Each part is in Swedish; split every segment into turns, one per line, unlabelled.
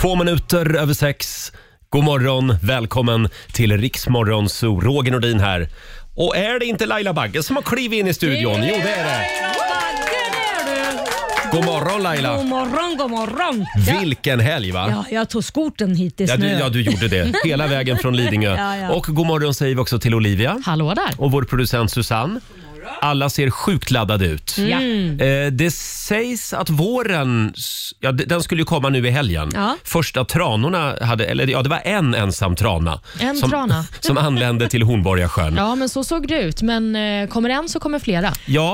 Två minuter över sex. God morgon, välkommen till Riksmorgon Zoo. Roger Nordin här. Och är det inte Laila Bagge som har klivit in i studion? Jo, det är det. God morgon
God
Laila.
morgon, god morgon. Ja,
Vilken helg va?
ja, jag tog skoten hit i
Mm. Ja du,
snö.
ja, du gjorde det. Hela vägen från Lidingö.
Ja, ja.
Och god morgon säger vi också till Olivia.
Hallå där.
Och vår producent Susanne. Alla ser sjukt laddade ut.
Ja.
Eh, det sägs att våren, s- ja, d- den skulle ju komma nu i helgen.
Ja.
Första tranorna hade, eller ja, det var en ensam trana.
En
som,
trana.
Som anlände till Hornborgasjön. Ja.
Ja, men så såg det ut. Men eh, kommer en så kommer flera.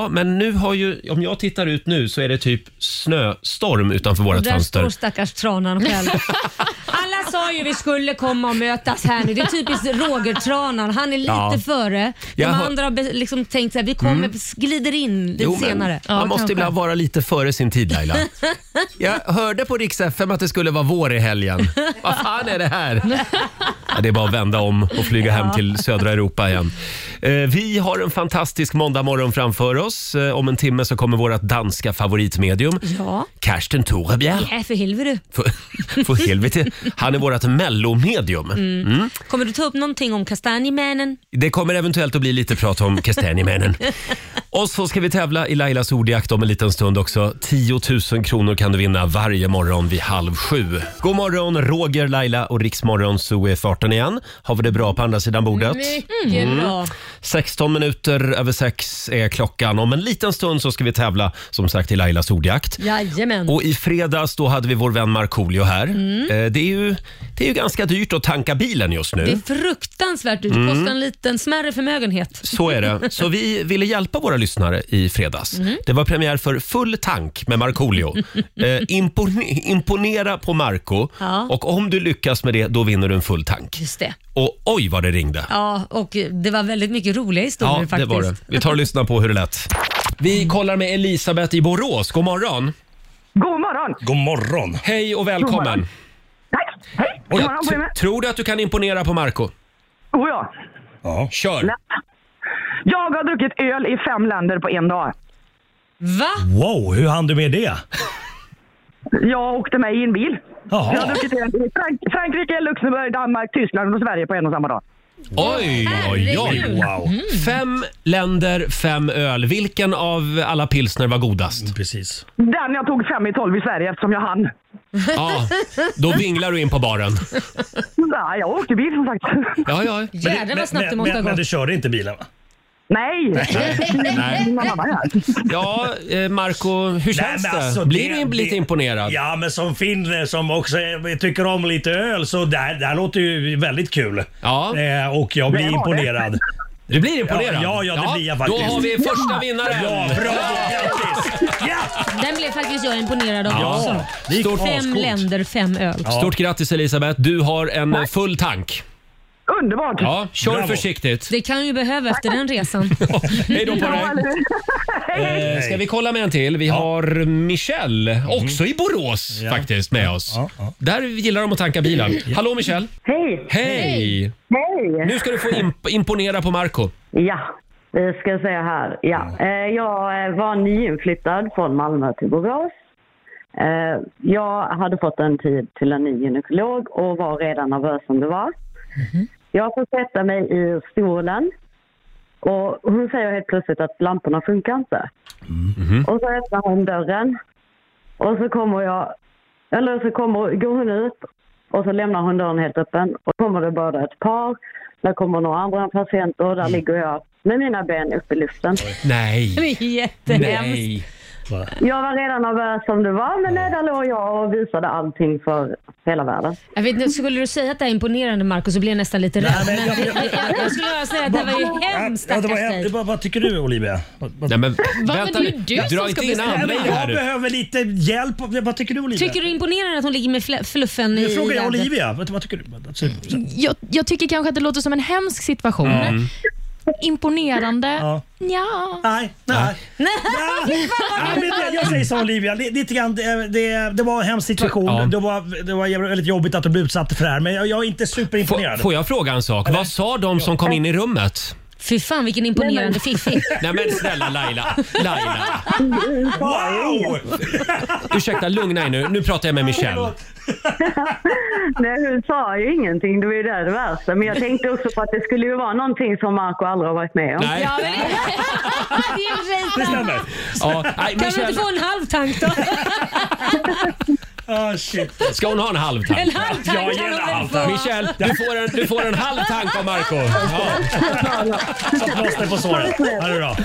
men nu har ju, om jag tittar ut nu så är det typ snöstorm utanför vårt
Där
fönster.
står stackars tranan själv. Alla sa ju vi skulle komma och mötas här nu. Det är typiskt Roger-tranan. Han är lite
Ja.
före. De
Jag har-
andra har be- liksom tänkt så här, vi kommer, glider in lite
Jo, men
senare.
man
Ja,
måste
kanske.
ibland vara lite före sin tid Laila. Jag hörde på Rix FM att det skulle vara vår i helgen. Vad fan är det här? Ja, det är bara att vända om och flyga hem till södra Europa igen. Eh, Vi har en fantastisk måndagmorgon framför oss. Eh, Om en timme så kommer vårt danska favoritmedium,
Ja.
Karsten Torebjer.
Nej, för helvete.
För, för helvete, han är vårt mellomedium.
Kommer du ta upp någonting om kastanjemännen?
Det kommer eventuellt att bli lite prat om kastanjemännen. Och så ska vi tävla i Lailas ordjakt om en liten stund också. 10 000 kronor kan du vinna varje morgon vid halv sju. God morgon, Roger, Laila och Riksmorgon så är farten igen. Har vi det bra på andra sidan bordet?
Mm, Mycket
Mm.
bra.
16 minuter över sex är klockan. Om en liten stund så ska vi tävla som sagt i Lailas ordjakt.
Jajamän.
Och i fredags då hade vi vår vän Markoolio här. Eh, Det, är ju, det är ju ganska dyrt att tanka bilen just nu.
Det är fruktansvärt
Mm.
dyrt. Det kostar en liten smärre förmögenhet.
Så är det. Så vi ville hjälpa våra lyssnare i fredags.
Mhm.
Det var premiär för Full tank med Markoolio. Eh, impone- imponera på Marco
Ja.
och om du lyckas med det, då vinner du en full tank.
Just det.
Och oj vad det ringde.
Ja, och det var väldigt mycket roliga historier
Ja, det
faktiskt.
var det. Vi tar och lyssnar på hur det lät. Vi kollar med Elisabeth i Borås. God morgon!
God morgon!
God morgon.
Hej och välkommen!
Tack! Hej! God morgon på
T-
er med.
tror du att du kan imponera på Marco?
Oh, ja.
Ja.
Kör!
Jag har druckit öl i fem länder på en dag.
Va?
Wow, hur hann du med det?
Jag åkte med i en bil. Jag har
Jaha.
druckit öl i Frank- Frankrike, Luxemburg, Danmark, Tyskland och Sverige på en och samma dag.
Oj, oj, oj! Mm-hmm.
Herregud.
Wow.
Fem länder, fem öl. Vilken av alla pilsner var godast?
Precis.
Den jag tog fem i tolv i Sverige eftersom jag hann.
Ja, då vinglar du in på baren.
Ja, jag åkte bil som sagt.
Ja, ja.
Jädrar vad snabbt det måste ha
men, men du
gått.
körde inte bilen va?
Nej!
Nej.
Någon annan här.
ja eh, Marco, hur känns
men alltså,
det? Blir
det-
du in- lite
det-
imponerad?
Ja, men som finne som också eh, tycker om lite öl så det här, det här låter ju väldigt kul.
Ja.
Eh, och jag blir
Det var det.
imponerad.
Du blir imponerad?
Ja, ja, ja, det blir jag faktiskt.
Då har vi första vinnaren!
Ja, bra! Grattis! Ja!
Den blev faktiskt jag imponerad av
Ja,
också.
det gick
Stort-
Fem
ascoolt.
länder, fem öl.
Ja.
Stort grattis Elisabeth, du har en eh, full tank.
Underbart!
Ja, kör
Bravo.
försiktigt.
Det kan ju behöva efter den resan.
Hej då på dig. Eh, Ska vi kolla med en till? Vi har Michelle, också i Borås
Ja.
faktiskt, med oss.
Ja, ja.
Där gillar de att tanka bilen. Hallå Michelle!
Hej!
Hej!
Hej!
Nu ska du få imp- imponera på Marco.
Ja, det ska jag säga här. Ja. Eh, Jag eh, var nyinflyttad från Malmö till Borås. Eh, Jag hade fått en tid till en ny gynekolog och var redan nervös som det var. Jag får sätta mig i stolen och hon säger helt plötsligt att lamporna funkar inte. Och så öppnar hon dörren och så kommer jag, eller så kommer, går hon ut och så lämnar hon dörren helt öppen och kommer det bara ett par, där kommer några andra patienter och där
Mm.
ligger jag med mina ben uppe i luften.
Det
Nej!
är jättehemskt.
Nej!
Jag var redan nervös som det var men nej, där låg jag och visade allting för hela världen.
Jag vet inte, skulle du säga att det är imponerande Marco så blir jag nästan lite rädd.
men
Men
jag-
jag, jag skulle bara säga att det var ju hemskt
Ja, det
stackars
var hem- det
dig.
var- Vad tycker du Olivia? Vad- vad-
Nej men
men
vänta
det är
nu.
ju du som
Dra
ska
inte in
bestämma.
Nej,
andra i
men
det här
jag
nu.
behöver lite hjälp. Vad tycker du Olivia?
Tycker du det är imponerande att hon ligger med fl- fluffen i
Nu frågar jag
vädret?
Olivia. Vad vad tycker du? Så-
Mm.
så-
Jag, jag tycker kanske att det låter som en hemsk situation. Imponerande.
Ja.
Ja.
Nej, nej. nej. nej men det, jag säger som Olivia, li- lite grann, det, det, det var en hemsk situation.
Ja.
Det, var, det var jävla- väldigt jobbigt att du blev utsatt för det här men jag, jag är inte
Får,
superimponerad.
får jag fråga en sak? Vad sa de som kom in i rummet?
Fy fan vilken imponerande fiffi.
Nej men snälla Laila, Laila.
Wow!
Oh! Ursäkta, lugna er nu. Nu pratar jag med Michelle.
Nej, du sa ju ingenting. Det var ju det, det värsta. Men jag tänkte också på att det skulle ju vara någonting som Marco aldrig har varit med om.
Nej.
Ja, men det,
Det är i och för sig sant.
Det stämmer.
Ja, nej,
Kan vi inte
Michelle,
få en halv tank då?
Ah, shit.
ska hon ha en halv tank?
En halv tank
Ja, ge
kan
en
hon
halv
väl få?
Michelle, du får en, du får en halv tank av Marco Ja.
Så plåster på såret. Ja, det är bra.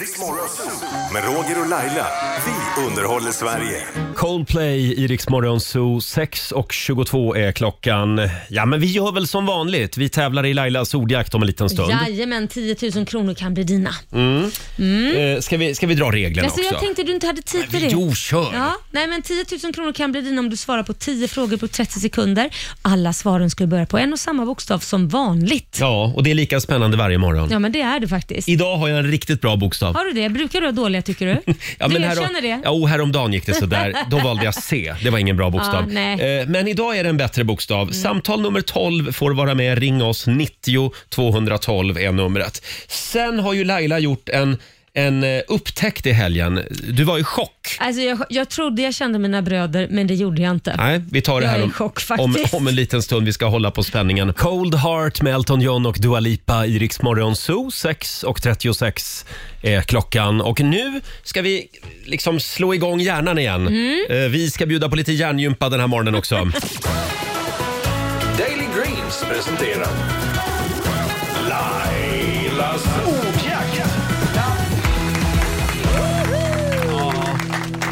Riks Morgonzoo med Roger och Laila. Vi underhåller Sverige.
Coldplay i Rix Morgon Zoo. 6.22 är klockan. Ja, men vi gör väl som vanligt. Vi tävlar i Lailas ordjakt om en liten stund.
Jajamän, 10 000 kronor kan bli dina.
Eh, Ska, vi, ska vi dra reglerna
Alltså, jag
också?
tänkte du inte hade tid till det.
Jo, kör!
Ja, nej men 10 000 kronor kan bli dina om du svarar på 10 frågor på 30 sekunder. Alla svaren ska börja på en och samma bokstav som vanligt.
Ja, och det är lika spännande varje morgon.
Ja, men det är det faktiskt.
Idag har jag en riktigt bra bokstav.
Har du det? Brukar du ha dåliga tycker du?
Ja,
du
härom-
erkänner det?
Ja, oh, häromdagen gick det sådär. Då valde jag C. Det var ingen bra bokstav.
Ah, nej. Mm.
Eh, Men idag är det en bättre bokstav. Samtal nummer 12 får vara med. Ring oss. 90 212 är numret. Sen har ju Laila gjort en, en eh, upptäckt i helgen. Du var i chock.
Alltså, jag, jag trodde jag kände mina bröder, men det gjorde jag inte.
Nej, vi tar det
Jag
här
är i
om,
chock
om,
faktiskt.
om en liten stund. Vi ska hålla på spänningen. Cold Heart med Elton John och Dua Lipa i Rix Morgon Zoo. 6.36 är klockan. Och nu ska vi liksom slå igång hjärnan igen.
Mm.
Eh, Vi ska bjuda på lite hjärngympa den här morgonen också.
Daily Greens presenterar Lailas ordjakt.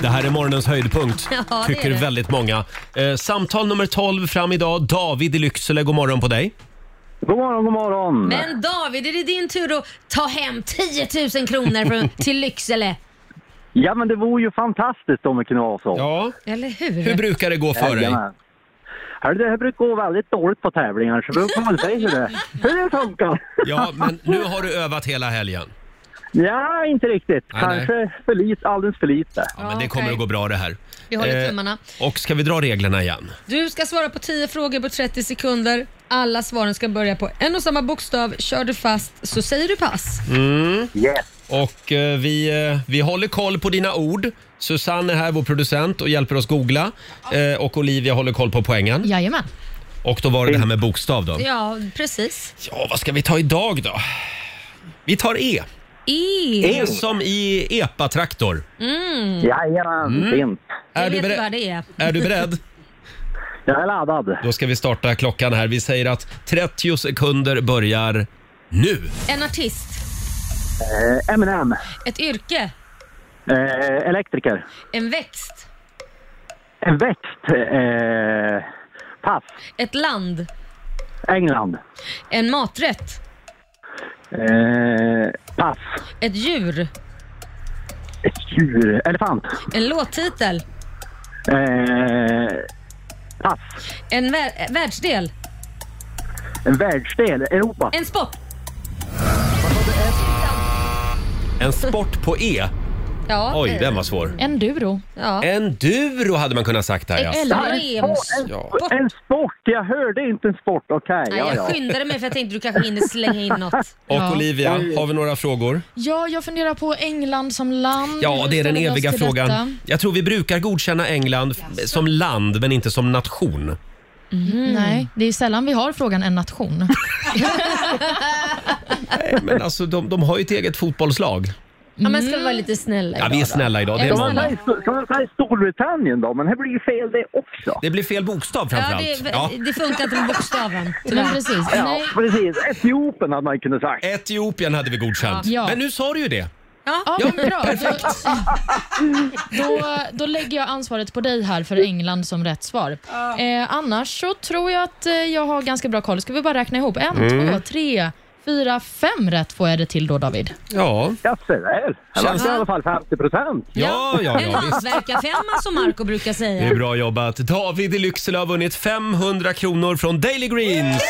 Det här är morgonens höjdpunkt,
Ja, det är
tycker
det.
väldigt många. Eh, Samtal nummer 12 fram idag. David i Lycksele, god morgon på dig.
God morgon, god morgon.
Men David, är det din tur att ta hem 10 000 kronor från, till Lycksele?
Ja, men det vore ju fantastiskt om det kunde vara så.
Ja.
Eller hur?
Hur brukar det gå för dig?
Jajamän. Hörru, Det här brukar gå väldigt dåligt på tävlingar, så då får man se hur det, hur det funkar.
Ja, men nu har du övat hela helgen.
Ja, inte riktigt.
Nej, nej.
Kanske för lite, alldeles för lite.
Ja, men
Ja,
det kommer
okej.
att gå bra det här.
Vi håller
Eh,
tummarna.
Och ska vi dra reglerna igen?
Du ska svara på 10 frågor på 30 sekunder. Alla svaren ska börja på en och samma bokstav. Kör du fast så säger du pass.
Yes.
Och eh, vi, eh, vi håller koll på dina ord. Susanne är här, vår producent, och hjälper oss googla. Eh, och Olivia håller koll på poängen.
jajamän.
Och då var det det här med bokstav då.
Ja, precis.
Ja, vad ska vi ta idag då? Vi tar E.
E.
E som i EPA-traktor.
Mm. Jajamän,
Mm.
fint.
Är du,
vet
beredd?
vad det är.
är du beredd?
Jag är laddad.
Då ska vi starta klockan här. Vi säger att 30 sekunder börjar nu.
En artist.
Eh, M&M.
Ett yrke.
Eh, elektriker.
En växt.
En växt. Eh, pass.
Ett land.
England.
En maträtt.
Eh, pass.
Ett djur.
Ett djur. Elefant.
En låttitel.
Eh, pass.
En vä- världsdel.
En världsdel. Europa.
En sport.
En sport på E.
Ja.
Oj,
eh,
den var svår.
Enduro.
Ja.
Enduro hade man kunnat sagt här ja.
Extremt.
En, en sport. Jag hörde inte en sport. Okej,
Nej,
ja,
jag
ja.
skyndade mig för jag tänkte du kanske hinner slänga in något.
Och
Ja. Mm,
Olivia, har vi några frågor?
Ja, jag funderar på England som land.
Ja,
Hur
det är den
ställer vi oss
eviga
till
frågan.
detta?
Jag tror vi brukar godkänna England f- som land, men inte som nation.
Nej, det är ju sällan vi har frågan en nation.
Men alltså, de, de har ju ett eget fotbollslag.
Ja, men ska vi vara lite snälla
Ja, vi är snälla idag. Det är
Ja,
Kan man
måndag.
säga- Kan man säga Storbritannien då? Men här blir ju fel det också.
Det blir fel bokstav
Ja,
framförallt.
det,
Ja.
det funkar inte med bokstaven.
Men
Tyvärr.
precis.
Ja,
Nej.
precis. Etiopien hade man ju kunnat sagt.
Etiopien hade vi godkänt.
Ja.
Men nu sa du ju det.
Ja, men bra. Då, då, då lägger jag ansvaret på dig här för England som rätt svar. Eh, annars så tror jag att eh, jag har ganska bra koll. Ska vi bara räkna ihop? En,
Mm.
två, tre, fyra, fem rätt får jag det till då, David.
Ja,
Ja, se där. Det
Känns-
var i alla fall 50 procent.
ja, ja.
En
ja, visst.
hantverkarfemma som Marco brukar
Det är
säga.
bra jobbat. David i Lycksele har vunnit 500 kronor från Daily Greens.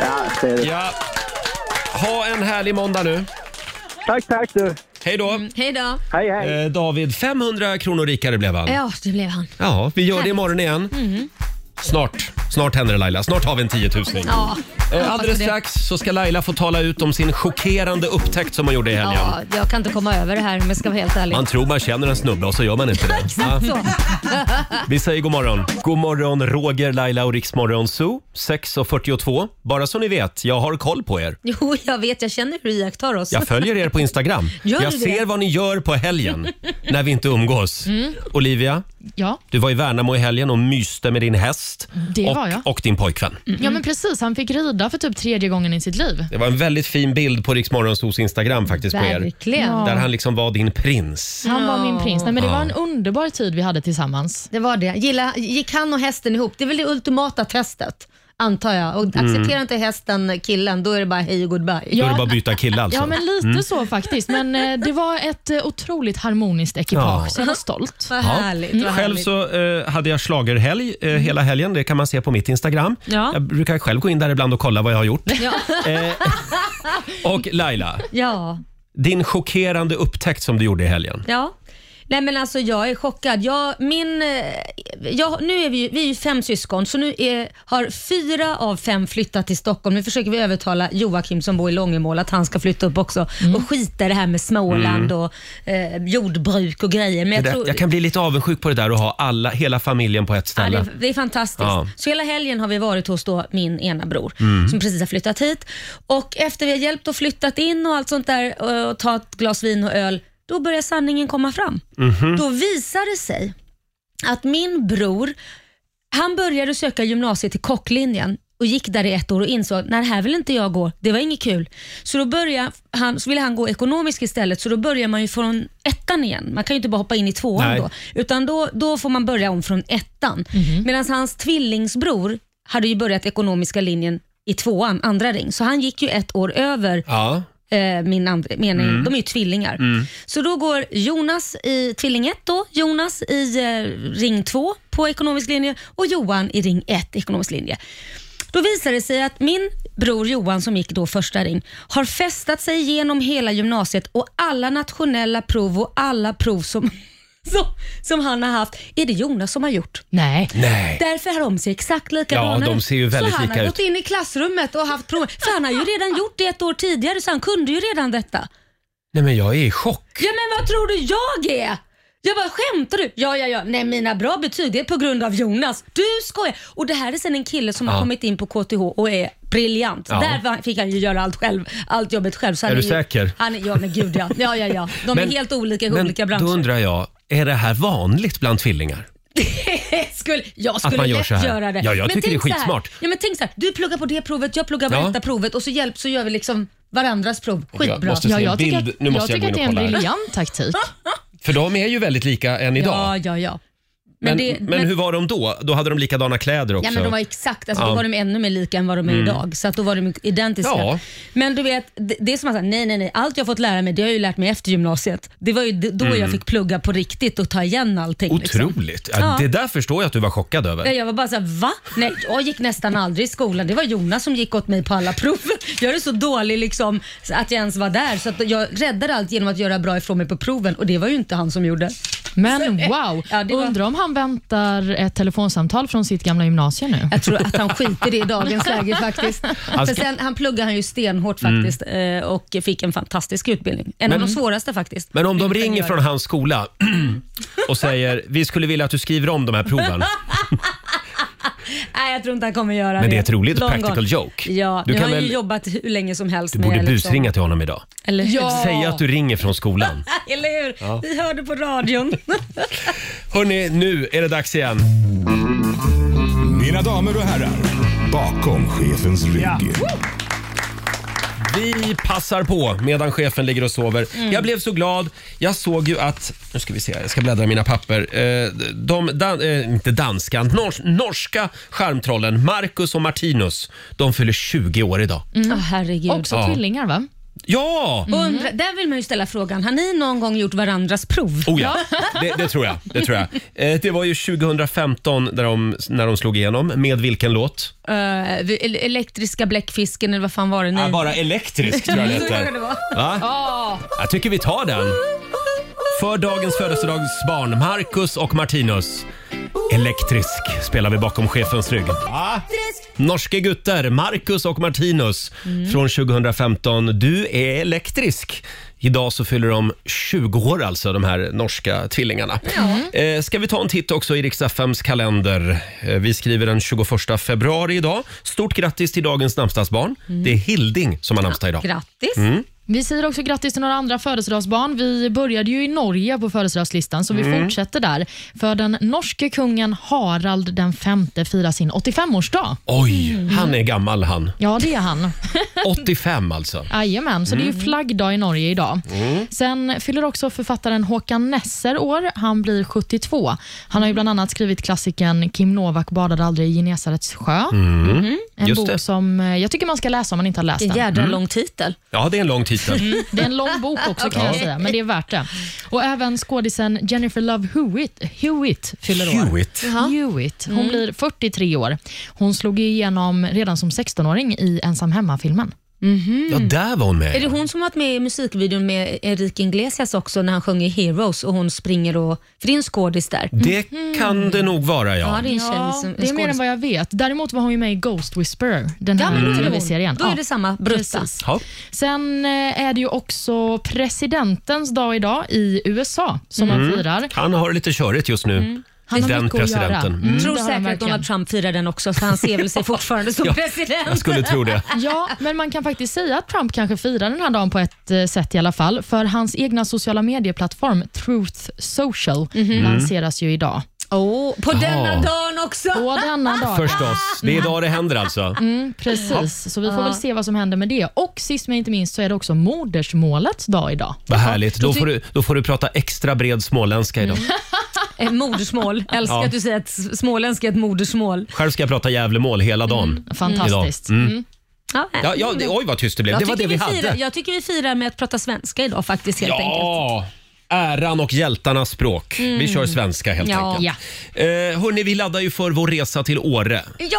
Ja, se där.
Ja. Ha en härlig måndag nu.
tack, tack du.
Hej då.
Hej då.
Hej, hej.
Eh, David, 500 kronor rikare blev han.
Ja, det blev han. Mhm.
Ja, vi gör det imorgon igen. Snart. Snart händer det Laila, snart har vi en tiotusning.
Ja,
Eh,
hoppas
Alldeles
på det.
strax så ska Laila få tala ut om sin chockerande upptäckt som hon gjorde i helgen.
Ja, jag kan inte komma över det här om jag ska vara helt ärlig.
Man tror man känner en snubbe och så gör man inte det.
Exakt så.
Ja. Vi säger god morgon. God morgon Roger, Laila och Riksmorgon Zoo. 6.42. Bara så ni vet, jag har koll på er.
Jo, jag vet. Jag känner hur du iakttar oss.
Jag följer er på Instagram.
Gör du
jag
det?
ser vad ni gör på helgen när vi inte umgås.
Mm.
Olivia,
Ja.
du var i Värnamo i helgen och myste med din häst
Det
och,
var jag. Mm.
och din pojkvän.
Ja, men precis. Han fick rida för typ tredje gången i sitt liv.
Det var en väldigt fin bild på Riksmorgonsos Instagram faktiskt
Verkligen.
på er.
Ja.
Där han liksom var din prins.
Han var min prins. Nej, men det
Ja.
var en underbar tid vi hade tillsammans.
Det var det. Gilla, gick han och hästen ihop? Det är väl det ultimata testet, antar jag. Och
Mm.
accepterar inte hästen killen, då är det bara hej och goodbye.
Då är det bara att byta kille alltså.
Ja, men lite
Mm.
så faktiskt. Men eh, det var ett eh, otroligt harmoniskt ekipage,
Ja.
så jag var stolt.
Vad
Ja. Själv så eh, hade jag schlagerhelg eh, hela helgen. Det kan man se på mitt Instagram.
Mm. Ja.
Jag brukar själv gå in där ibland och kolla vad jag har gjort.
Ja.
Eh, och Laila,
ja.
din chockerande upptäckt som du gjorde i helgen.
Ja.
Nej men alltså jag är chockad. Jag, min, eh, jag, nu är vi, ju, vi är ju fem syskon, så nu är, har fyra av fem flyttat till Stockholm. Nu försöker vi övertala Joakim som bor i Långemål att han ska flytta upp också och skita i det här med Småland
Mm.
och eh, jordbruk och grejer. Men
Jag,
jag
det,
tror,
jag kan bli lite avundsjuk på det där att ha alla, hela familjen på ett
Ja,
ställe.
det, det är fantastiskt.
Ja.
Så hela helgen har vi varit hos då min ena bror
Mm.
som precis har flyttat hit. Och efter vi har hjälpt och flyttat in och allt sånt där och ta ett glas vin och öl, då börjar sanningen komma fram.
Mhm.
Då visar det sig att min bror, han började söka gymnasiet till kocklinjen och gick där i ett år och insåg att nej, det här vill inte jag gå, det var inget kul. Så då började han, så ville han gå ekonomisk istället, så då börjar man ju från ettan igen. Man kan ju inte bara hoppa in i tvåan
Nej.
då, utan då, då får man börja om från ettan. Medan hans tvillingsbror hade ju börjat ekonomiska linjen i tvåan, andra ring, så han gick ju ett år över
Ja.
eh, min andra, mening.
Mm.
De är ju tvillingar.
Mm.
Så då går Jonas i tvilling 1 då, Jonas i eh, ring 2 på ekonomisk linje och Johan i ring 1 ekonomisk linje. Då visar det sig att min bror Johan som gick då första ring har festat sig igenom hela gymnasiet och alla nationella prov och alla prov som, som, som han har haft är det Jonas som har gjort.
Nej.
Nej.
Därför har de sig exakt likadana
Ja, de
ut.
ser ju väldigt
Så han
lika
har
ut.
gått in i klassrummet och haft prov. För han har ju redan gjort det ett år tidigare så han kunde ju redan detta.
Nej men jag är i chock.
Ja men vad tror du jag är? Jag bara, skämtar du? Ja, ja, ja. Nej, mina bra betyg det är på grund av Jonas. Du skojar! Och det här är sen en kille som
Ja.
har kommit in på KTH och är briljant.
Ja.
Där var- fick han ju göra allt själv, allt jobbet själv. Så
Är
han
du
ju,
säker?
Han är, ja, men gud ja. Ja, ja, ja. De
Men-
är helt olika i
men
olika
då
branscher.
undrar jag, är det här vanligt bland tvillingar?
skulle, jag
Att
skulle
man gör
lätt
så här.
göra det.
Ja, jag tycker det är
tänk så här.
skitsmart.
Ja, men tänk så här, du pluggar på det provet, jag pluggar på
Ja.
detta provet och så hjälp så gör vi liksom varandras prov.
Jag
Skitbra.
måste se Ja, jag en tycker bild. att- Nu måste jag
jag
gå
tycker
in
att det är
och
en
kolla här.
briljant taktik.
För de är ju väldigt lika än idag.
Ja, ja, ja.
men, men,
det-
hur var de då? Då hade de likadana kläder också.
Ja, men de var exakt, alltså,
Ja.
då var de ännu mer lika än vad de är
Mm.
idag. Så att då var de identiska.
Ja.
Men du vet, det, det är som att säga, nej, nej, nej. Allt jag fått lära mig, det har jag ju lärt mig efter gymnasiet. Det var ju d- då
Mm.
jag fick plugga på riktigt och ta igen allting.
Otroligt.
Liksom.
Ja,
Ja.
det där förstår jag att du var chockad över.
Nej, Jag var bara såhär, va? Nej, jag gick nästan aldrig i skolan. Det var Jonas som gick åt mig på alla prov. Jag är så dålig liksom, så att jag ens var där. Så att jag räddade allt genom att göra bra ifrån mig på proven och det var ju inte han som gjorde.
Men wow, undrar om han väntar ett telefonsamtal från sitt gamla gymnasium nu?
Jag tror att han skiter i det i dagens läge faktiskt.
Alltså-
För sen, han pluggade han ju stenhårt
Mm.
faktiskt eh, och fick en fantastisk utbildning. En
Men-
av de svåraste faktiskt.
Men om de
Vilket
ringer
gör.
från hans skola och säger vi skulle vilja att du skriver om de här proven.
Nej, jag tror inte han kommer göra det.
Men det är ett roligt
Long
practical
gone.
joke.
Ja,
Du
nu har
kan
han ju
väl-
jobbat hur länge som helst
Du borde
med... liksom-
busringa till honom idag.
Eller hur?
Säg att du ringer från skolan.
Eller hur?
Ja.
Vi hörde på radion.
Hörni, nu är det dags igen.
Mina damer och herrar, bakom chefens rygg.
Vi passar på medan chefen ligger och sover.
Mm.
Jag blev så glad. Jag såg ju att... Nu ska vi se, jag ska bläddra i mina papper. Eh, De, dan, eh, inte danska, nors, norska charmtrollen Marcus och Martinus. De fyller 20 år idag.
Mm. herregud.
Också Ja.
tvillingar va?
Ja!
Undra, där vill man ju ställa frågan, har ni någon gång gjort varandras prov?
Oh ja, det, det tror jag. Det, tror jag. Eh, det var ju 2015 där de, när de slog igenom. Med vilken låt?
Eh, vi- ele- elektriska bläckfisken eller vad fan var det? Mm.
Ah, bara elektrisk tror jag det
Så
heter.
kanske det var.
Va?
Ja.
Jag tycker vi tar den. för dagens födelsedagsbarn Marcus och Martinus. Elektrisk spelar vi bakom chefens rygg. Ja. Norske gutter, Marcus och Martinus från 2015. Du är elektrisk. Idag så fyller de 20 år alltså, de här norska tvillingarna. Eh, ska vi ta en titt också i riks kalender. Eh, vi skriver den 21 februari idag. Stort grattis till dagens namnsdagsbarn.
Mm.
Det är Hilding som har namnsdag idag.
Grattis!
Mm.
Vi säger också grattis till några andra födelsedagsbarn. Vi började ju i Norge på födelsedagslistan, så vi
Mm.
fortsätter där. För den norske kungen Harald den femte firar sin 85-årsdag.
Oj, han är gammal han.
Ja, det är han.
85 alltså.
Jajamän, så det är ju
Mm.
flaggdag i Norge idag.
Mm.
Sen fyller också författaren Håkan Nesser år. Han blir 72. Han har ju bland annat skrivit klassikern Kim Novak badade aldrig i Genesarets sjö.
Mm.
En
Just
bok
det.
som eh, jag tycker man ska läsa om man inte har läst
Det är
den.
jädra Mm. lång
titel.
Ja, det är en lång titel.
Mm, det är en lång bok också kan jag
Okej.
säga, men det är värt det. Och även skådisen Jennifer Love Hewitt, Hewitt fyller år.
Hewitt.
Jaha.
Hewitt. Hon
Mm.
blir 43 år. Hon slog ju igenom redan som 16-åring i Ensam hemma-filmen.
Ja, där var hon med.
Är det hon som har varit med i musikvideon med Enrique Iglesias också när han sjöng i Heroes och hon springer och... För det är en skådis där.
Det kan det nog vara, ja.
Ja, det är en tjej som- en
det är mer
skådis.
än vad jag vet. Däremot var hon ju med i Ghost Whisperer, den här
men då är det hon.
tv-serien.
Då är det samma, brutta.
precis.
Ja.
Sen eh, är det ju också presidentens dag idag i USA som man
Mm.
firar.
Han har det lite körigt just nu.
Han har
Den
mycket att göra.
presidenten.
Mm.
Jag tror
Det har han
säkert att
verkligen.
Donald Trump firar den också, för han ser väl sig fortfarande som
Ja,
president.
jag skulle tro det.
Ja, men man kan faktiskt säga att Trump kanske firar den här dagen på ett eh, sätt i alla fall. För hans egna sociala medieplattform Truth Social
Mhm.
Mm.
lanseras ju idag.
Oh, på
Jaha.
denna dagen också!
På denna
Ah.
dag.
Förstås. Det är idag det händer alltså.
Mm, precis, så vi får väl se vad som händer med det. Och sist men inte minst så är det också modersmålets dag idag.
Mm.
Vad härligt. Då
ty-
får, du, då får du prata extra bred småländska idag.
Eh, Modersmål. Jag älskar
Ja.
att du säger att s- småländska är ett modersmål.
Själv ska jag prata Gävlemål hela dagen.
fantastiskt.
Idag. Mm.
Mm. Ja, eh,
Ja, ja, det, oj, vad tyst det blev.
jag
Det var
tycker
det vi
Firar,
hade.
jag tycker vi firar med att prata svenska idag faktiskt helt enkelt.
Ja, äran och hjältarnas språk. Vi
Mm.
kör svenska helt
Ja.
enkelt. Eh, hörni, vi laddar ju för vår resa till Åre.
Ja!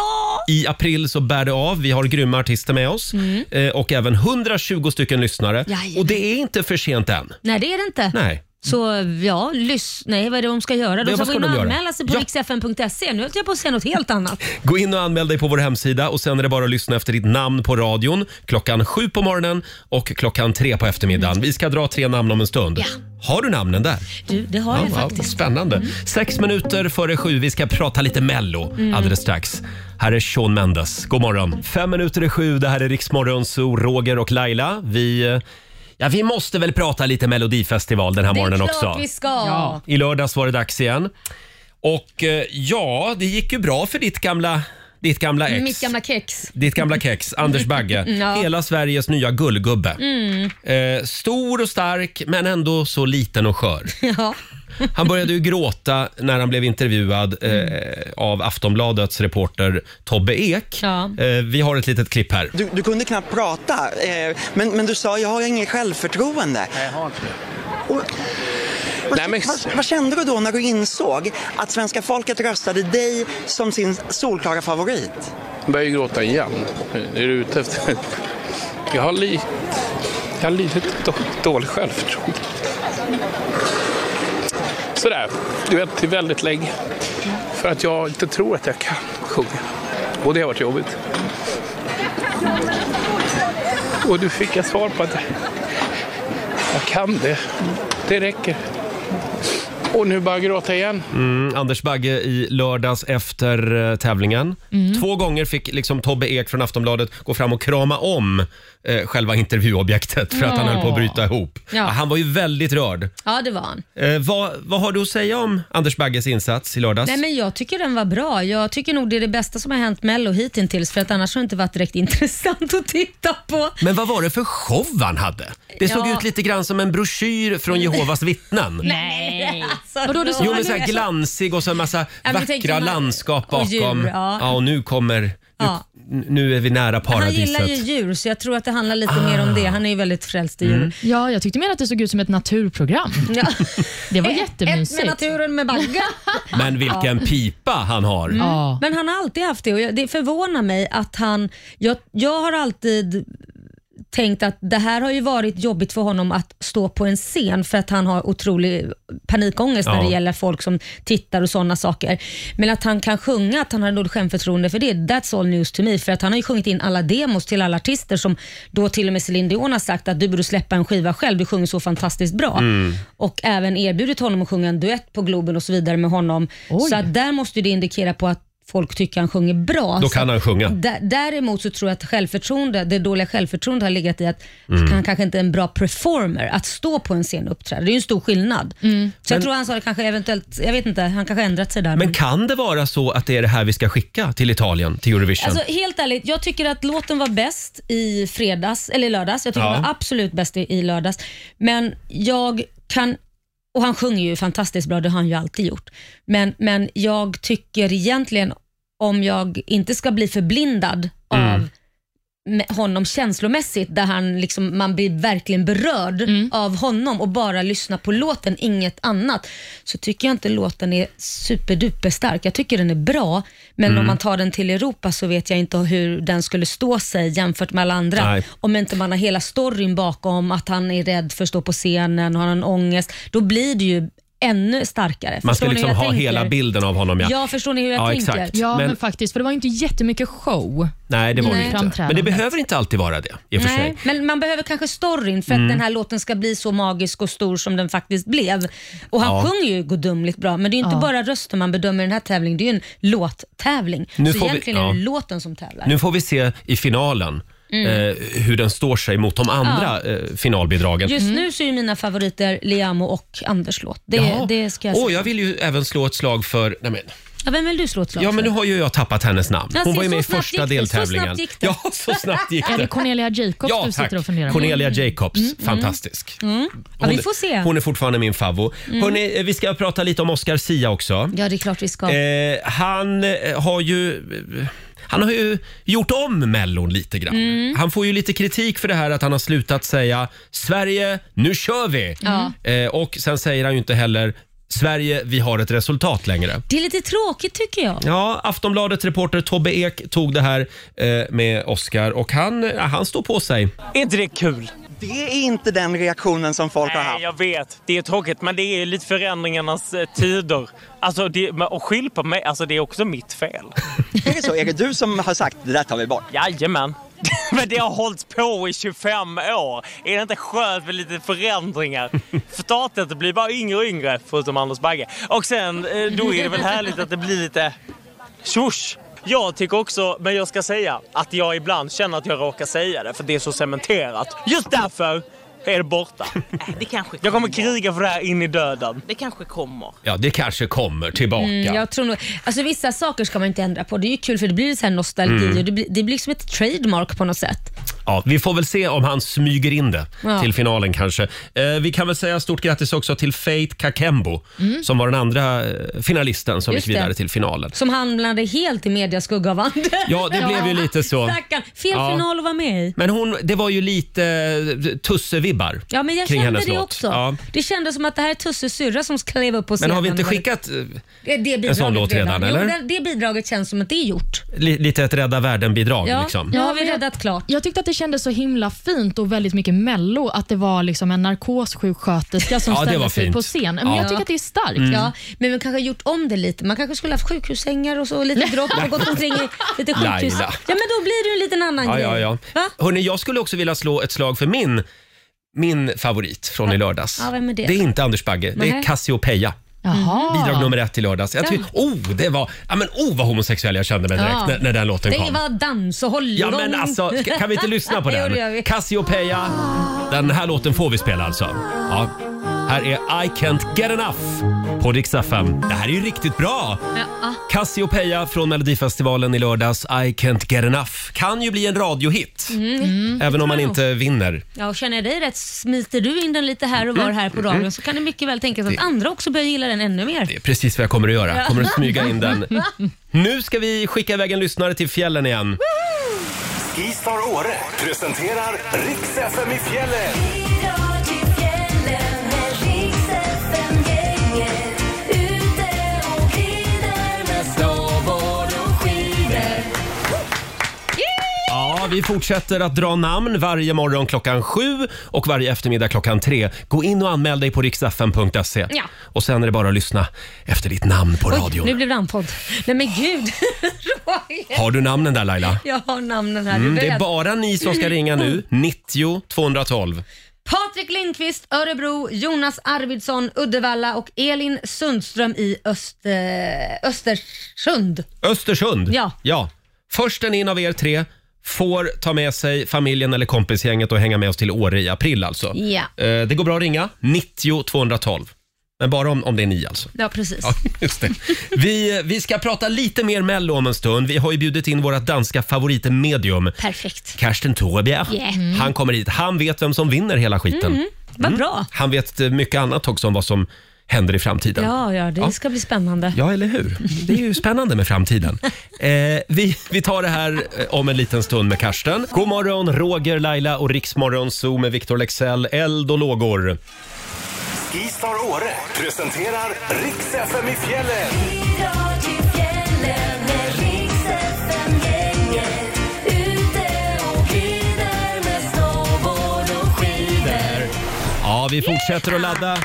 I april så bär det av. Vi har grymma artister med oss
Mm.
eh, och även 120 stycken lyssnare.
Jajamän.
Och det är inte för sent än.
Nej, det är det inte.
Nej.
Så ja, lyssna. Nej, vad är det de ska göra?
Ja,
De ska
vad
gå
ska
in och
de göra?
anmäla sig på
Ja.
riksfn.se. E. Nu höll jag på att säga något helt annat.
Gå in och anmäl dig på vår hemsida och sen är det bara att lyssna efter ditt namn på radion klockan sju på morgonen och klockan tre på eftermiddagen.
Mm.
Vi ska dra tre namn om en stund. Har du namnen där?
Du, det har
Ja,
jag
ja,
faktiskt.
Spännande. Sex minuter före sju. Vi ska prata lite Mello
Mm.
alldeles strax. Här är Sean Mendes. God morgon. Fem minuter i sju. Det här är Riksmorgon Zoo, Roger och Laila. Vi, eh, ja, vi måste väl prata lite Melodifestival den här morgonen också.
ska.
Ja. I lördags var det dags igen. Och eh, ja, det gick ju bra för ditt gamla, ditt gamla ex.
Mitt gamla kex.
Ditt gamla kex, Anders Bagge.
Ja.
Hela Sveriges nya gullgubbe.
Mm.
Eh, stor och stark, men ändå så liten och skör.
Ja.
Han började ju gråta när han blev intervjuad eh, av Aftonbladets reporter Tobbe Ek.
Ja.
Eh, vi har ett litet klipp här.
Du, du kunde knappt prata, eh, men, men du sa jag har inget självförtroende. Nej, jag har inte Och, vad, vad, vad kände du då när du insåg att svenska folket röstade dig som sin solklara favorit?
Jag börjar ju gråta igen. Är du ute efter? Jag har, li... jag har lite då- dåligt självförtroende. Sådär, du vet, till väldigt länge. För att jag inte tror att jag kan sjunga. Och det har varit jobbigt. Och du fick jag svar på att jag kan det. Det räcker. Och nu börjar jag gråta igen.
Mm, Anders Bagge i lördags efter eh, tävlingen.
Mm.
Två gånger fick liksom Tobbe Ek från Aftonbladet gå fram och krama om eh, själva intervjuobjektet för att han
Ja.
höll på att bryta ihop.
Ja.
Ja, han var ju väldigt rörd.
Ja, det var han.
Eh, vad, vad har du att säga om Anders Bagges insats i lördags?
Nej, men jag tycker den var bra. Jag tycker nog det är det bästa som har hänt Mello hittills för att annars har det inte varit direkt intressant att titta på.
Men vad var det för show han hade? Det såg
Ja.
ut lite grann som en broschyr från Jehovas vittnen.
Nej! Alltså,
Vadå, du sa-
Jo, men så här glansig och så en massa
men tänk
vackra
om man-
landskap
och
bakom.
djur,
ja.
ja.
och nu kommer...
Ja.
Nu, nu är vi nära
Han
paradiset.
gillar ju djur så jag tror att det handlar lite mer om det. Han är ju väldigt frälst i djur.
Mm.
Ja, jag tyckte mer att det såg ut som ett naturprogram. Det var
Ett med
jättemysigt.
naturen med bagga.
Men vilken
Ja.
pipa han har.
Mm. Men han har alltid haft det och jag- det förvånar mig att han... Jag, jag har alltid tänkt att det här har ju varit jobbigt för honom att stå på en scen för att han har otrolig panikångest när
Ja.
det gäller folk som tittar och sådana saker. Men att han kan sjunga, att han har dåligt självförtroende för det, that's all news to me. För att han har ju sjungit in alla demos till alla artister som då till och med Celine Dion har sagt att du borde släppa en skiva själv, du sjunger så fantastiskt bra
Mm.
och även erbjudit honom att sjunga en duett på Globen och så vidare med honom. Så att där måste ju det indikera på att folk tycker han sjunger bra.
Då
Så
kan
att
han sjunga.
dä- Däremot så tror jag att självförtroende, det dåliga självförtroendet har legat i att
Mm.
han kanske inte är en bra performer. Att stå på en scen och uppträda, det är ju en stor skillnad. Så jag
Men-
tror han sa det kanske eventuellt, jag vet inte, han kanske ändrat sig där.
Men kan det vara så att det är det här vi ska skicka till Italien, till Eurovision?
Alltså, helt ärligt, jag tycker att låten var bäst i fredags, eller i lördags. Jag tycker
Ja.
den var absolut bäst i, i lördags. Men jag kan, och han sjunger ju fantastiskt bra, det har han ju alltid gjort. Men, men jag tycker egentligen, om jag inte ska bli förblindad
Mm.
av med honom känslomässigt, där han liksom, man blir verkligen berörd
Mm.
av honom och bara lyssna på låten, inget annat, så tycker jag inte låten är superduper stark. Jag tycker den är bra, men
Mm.
om man tar den till Europa så vet jag inte hur den skulle stå sig jämfört med alla andra.
Nej.
Om inte man har hela storyn bakom, att han är rädd för att stå på scenen och har en ångest, då blir det ju ännu starkare.
Man
Förstår
ska
ni hur
liksom
jag
ha
tänker?
hela bilden av honom. Ja.
Ja, förstår ni hur jag
Ja,
tänker?
exakt.
Ja, men,
Men-
faktiskt. För det var ju inte jättemycket show.
Nej, det var
Nej.
det inte. Men det
Framträdandet.
behöver inte alltid vara det i och för sig.
Nej, men man behöver kanske storyn för att
Mm.
den här låten ska bli så magisk och stor som den faktiskt blev. Och han
Ja.
sjunger ju gudomligt bra, men det är ju inte bara rösten man bedömer i den här tävlingen, det är ju en låttävling.
Nu
så
får vi-
egentligen är det
ja.
låten som tävlar.
Nu får vi se i finalen
Mm.
eh, hur den står sig mot de andra eh, finalbidragen.
Just nu så är ju mina favoriter Liamo och Anders låt. Det,
Jaha.
det ska jag säga.
Åh, jag vill ju även slå ett slag för... Nej, men,
Ja, vem vill du slå ett slag
ja, men nu har ju jag tappat hennes namn.
Jag
Hon
ser,
var ju
så
med i
snabbt
första
gick det, så snabbt
deltävlingen.
gick det.
Ja, så snabbt gick
Är det
det.
Cornelia Jacobs
Ja,
du
tack.
sitter och funderar på?
Cornelia Jacobs. Fantastisk.
Mm. Ja, vi
Hon-
får se.
Hon är fortfarande min favvo.
Mm.
Hörrni, eh, vi ska prata lite om Oscar Sia också.
Ja, det är klart vi ska.
Eh, han eh, har ju... eh, Han har ju gjort om Mellon lite grann.
Mm.
Han får ju lite kritik för det här att han har slutat säga “Sverige, nu kör vi!”
Ja.
eh, Och sen säger han ju inte heller “Sverige, vi har ett resultat längre”.
Det är lite tråkigt tycker jag.
Ja, Aftonbladets reporter Tobbe Ek tog det här eh, med Oscar och han, ja, han står på sig.
Är inte det kul? Det är inte den reaktionen som folk har haft.
Nej, jag vet. Det är tråkigt, men det är lite förändringarnas eh, tider. Alltså, det, men- och skyll på mig, alltså, det är också mitt fel.
Är det så? Är det du som har sagt det där tar vi bort?
Jajamän. Men det har hållit på i 25 år. Är det inte skönt med lite förändringar? Förstatet blir bara yngre och yngre, förutom Anders Bagge. Och sen, eh, då är det väl härligt att det blir lite tjosch. Jag tycker också, men jag ska säga, att jag ibland känner att jag råkar säga det för det är så cementerat. Just därför är det borta.
Det kanske
Jag kommer kriga för det här in i döden.
Det kanske kommer.
Ja, det kanske kommer tillbaka.
Mm, jag tror nog, alltså vissa saker ska man inte ändra på. Det är ju kul för det blir så här nostalgi
Mm.
och det blir, det blir liksom ett trademark på något sätt.
Ja, vi får väl se om han smyger in det
Ja.
till finalen kanske. Eh, vi kan väl säga stort grattis också till Faith Kakembo
Mm.
som var den andra eh, finalisten som
Just
gick vidare
det.
till finalen.
Som hamnade helt i medias skugga av Anders.
Ja, det blev ju lite så.
Stackarn. Fel
Ja.
final att vara med i.
Men hon, det var ju lite eh, tussevibbar
Ja, men jag
kring
kände
hennes
det
låt.
också.
Ja.
Det kändes som att det här är Tusses syrra som klev upp på scenen.
Men har vi inte
och var-
skickat eh,
det, det bidraget
en sån låt redan,
Jo,
eller?
det- det bidraget känns som att det är gjort.
li, lite ett rädda världen-bidrag? liksom.
har vi
men jag-
räddat klart.
Jag tyckte att det kändes så himla fint och väldigt mycket mello att det var liksom en narkossjuksköterska som
Ja, det var
ställde sig
fint.
på scen. Men
Ja.
jag tycker att det är starkt.
Mm.
Ja, men man kanske har gjort om det lite. Man kanske skulle haft sjukhussängar och så lite dropp och gått omkring i lite sjukhus.
Laila.
Ja, men då blir det ju en liten annan
Ja,
grej.
ja, ja.
Va?
Hörrni, jag skulle också vilja slå ett slag för min, min favorit från i lördags.
Ja, vem är det?
det är inte Anders Bagge, det
Nej.
är Cassiopeia.
Jaha.
Bidrag nummer ett i lördags. Jag ty-
Ja.
oh, det var, ja, men, oh, vad homosexuell jag kände mig direkt
Ja.
när, när den låten
det
kom.
var dans och hållgång.
Ja, men alltså, ska- kan vi inte lyssna på
Jo, det gör
den?
vi.
Cassiopeia. Den här låten får vi spela alltså. Ja. Här är I Can't Get Enough på Rix FM. Det här är ju riktigt bra!
Ja. ah.
Cassiopeia från Melodifestivalen i lördags. I Can't Get Enough kan ju bli en radiohit.
Mm.
Även om
Det
man
tror jag nog.
inte vinner.
Ja, och känner jag dig rätt, smiter du in den lite här och var här på radion
Mm.
så kan det mycket väl tänkas att
Det-
andra också börjar gilla den ännu mer.
Precis vad jag kommer att göra. Jag Kommer att smyga in den. Nu ska vi skicka iväg en lyssnare till fjällen igen.
Skistar Åre presenterar Riks FM i fjällen.
Ja, vi fortsätter att dra namn varje morgon klockan sju och varje eftermiddag klockan tre. Gå in och anmäl dig på riksfn.se.
Ja.
Och sen är det bara att lyssna efter ditt namn på radion.
nu blev det andpodd. Nej men gud. Roger.
Har du namnen där Laila?
Jag har namnen här.
Mm,
du
det är
vet.
bara ni som ska ringa nu. 90 212.
Patrik Lindqvist, Örebro, Jonas Arvidsson, Uddevalla och Elin Sundström i Öst, eh, Östersund.
Östersund.
Ja.
ja. Först en in av er tre får ta med sig familjen eller kompisgänget och hänga med oss till Åre i april alltså.
Ja.
Eh, Det går bra att ringa. 90 212. Men bara om, om det är ni alltså.
Ja, precis.
Ja, just det. Vi, vi ska prata lite mer Mello om en stund. Vi har ju bjudit in våra danska favoriter medium.
Perfekt.
Karsten Torebjer.
Yeah. Mm.
Han kommer hit. Han vet vem som vinner hela skiten.
Mm, vad
Mm.
bra.
Han vet eh, mycket annat också om vad som händer i framtiden.
Ja, ja, det
Ja.
ska bli spännande.
Ja, eller hur? Det är ju spännande med framtiden. Eh, vi, vi tar det här eh, om en liten stund med Karsten. God morgon, Roger, Laila och Riksmorgon Zoo med Victor Lexell. Eld och lågor.
Skistar Åre presenterar Riks FM i fjällen.
Ja, vi fortsätter att ladda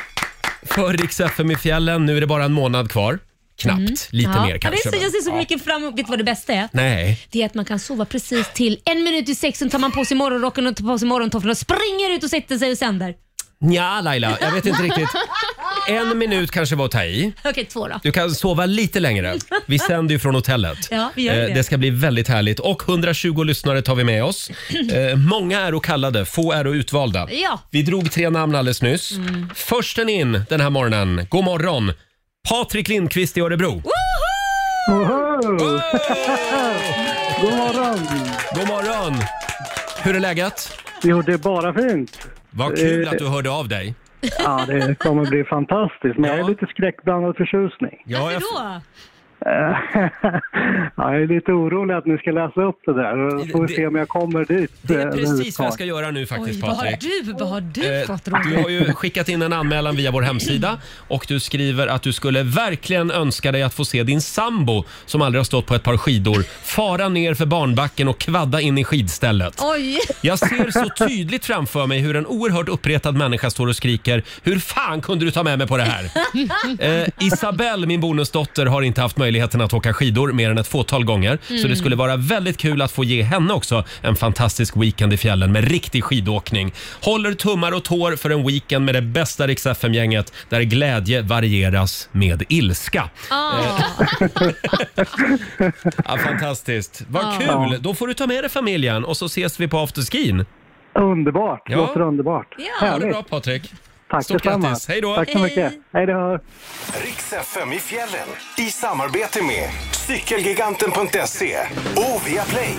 för Rix FM i fjällen. Nu är det bara en månad kvar. Knappt. Lite
Mm. Ja.
mer kanske.
Jag, vet, jag ser så
men-
mycket fram emot. Vet du vad det bästa är?
Nej.
Det är att man kan sova precis till en minut i sex, sen tar man på sig morgonrocken och tar på sig morgontofflorna och springer ut och sätter sig och sänder.
Nja, Laila. Jag vet inte riktigt. En minut kanske var att ta i.
Okej, två då.
Du kan sova lite längre. Vi sänder ju från hotellet.
Ja, vi gör
Eh,
det.
det ska bli väldigt härligt. Och 120 lyssnare tar vi med oss. Eh, Många är och kallade, få är och utvalda.
Ja.
Vi drog tre namn alldeles nyss.
Mm.
Försten in den här morgonen, god morgon, Patrik Lindqvist i Örebro. Eh.
God morgon!
God morgon! Hur är läget?
Jo, det är bara fint.
Vad kul
Eh,
att du hörde av dig.
Ja, det kommer bli fantastiskt, men jag är lite skräckblandad förtjusning.
Ja, jag,
då?
Eh, ja, jag är lite orolig att ni ska läsa upp det där. Då får vi se om jag kommer dit.
det är
eh,
precis vad jag ska
överhuvudtaget.
göra nu faktiskt
Vad har
Patrik.
du, vad har du
Eh,
fått
Du
Roger?
har ju skickat in en anmälan via vår hemsida och du skriver att du skulle verkligen önska dig att få se din sambo som aldrig har stått på ett par skidor fara ner för barnbacken och kvadda in i skidstället.
Oj!
Jag ser så tydligt framför mig hur en oerhört uppretad människa står och skriker “Hur fan kunde du ta med mig på det här?” Eh, Isabelle, min bonusdotter, har inte haft möjligheten att åka skidor mer än ett fåtal gånger. Så
Mm.
det skulle vara väldigt kul att få ge henne också en fantastisk weekend i fjällen med riktig skidåkning. Håller tummar och tår för en weekend med det bästa Rix FM-gänget där glädje varieras med ilska.
Ah.
Ja, fantastiskt. Vad
Ja.
kul! Då får du ta med dig familjen och så ses vi på afterskin.
Underbart!
Ja.
Låter underbart.
Ha det bra Patrik.
Tack
Stort
detsamma.
grattis. Hej då.
Tack så mycket. Hej då!
Riks FM i fjällen i samarbete med cykelgiganten.se och Viaplay.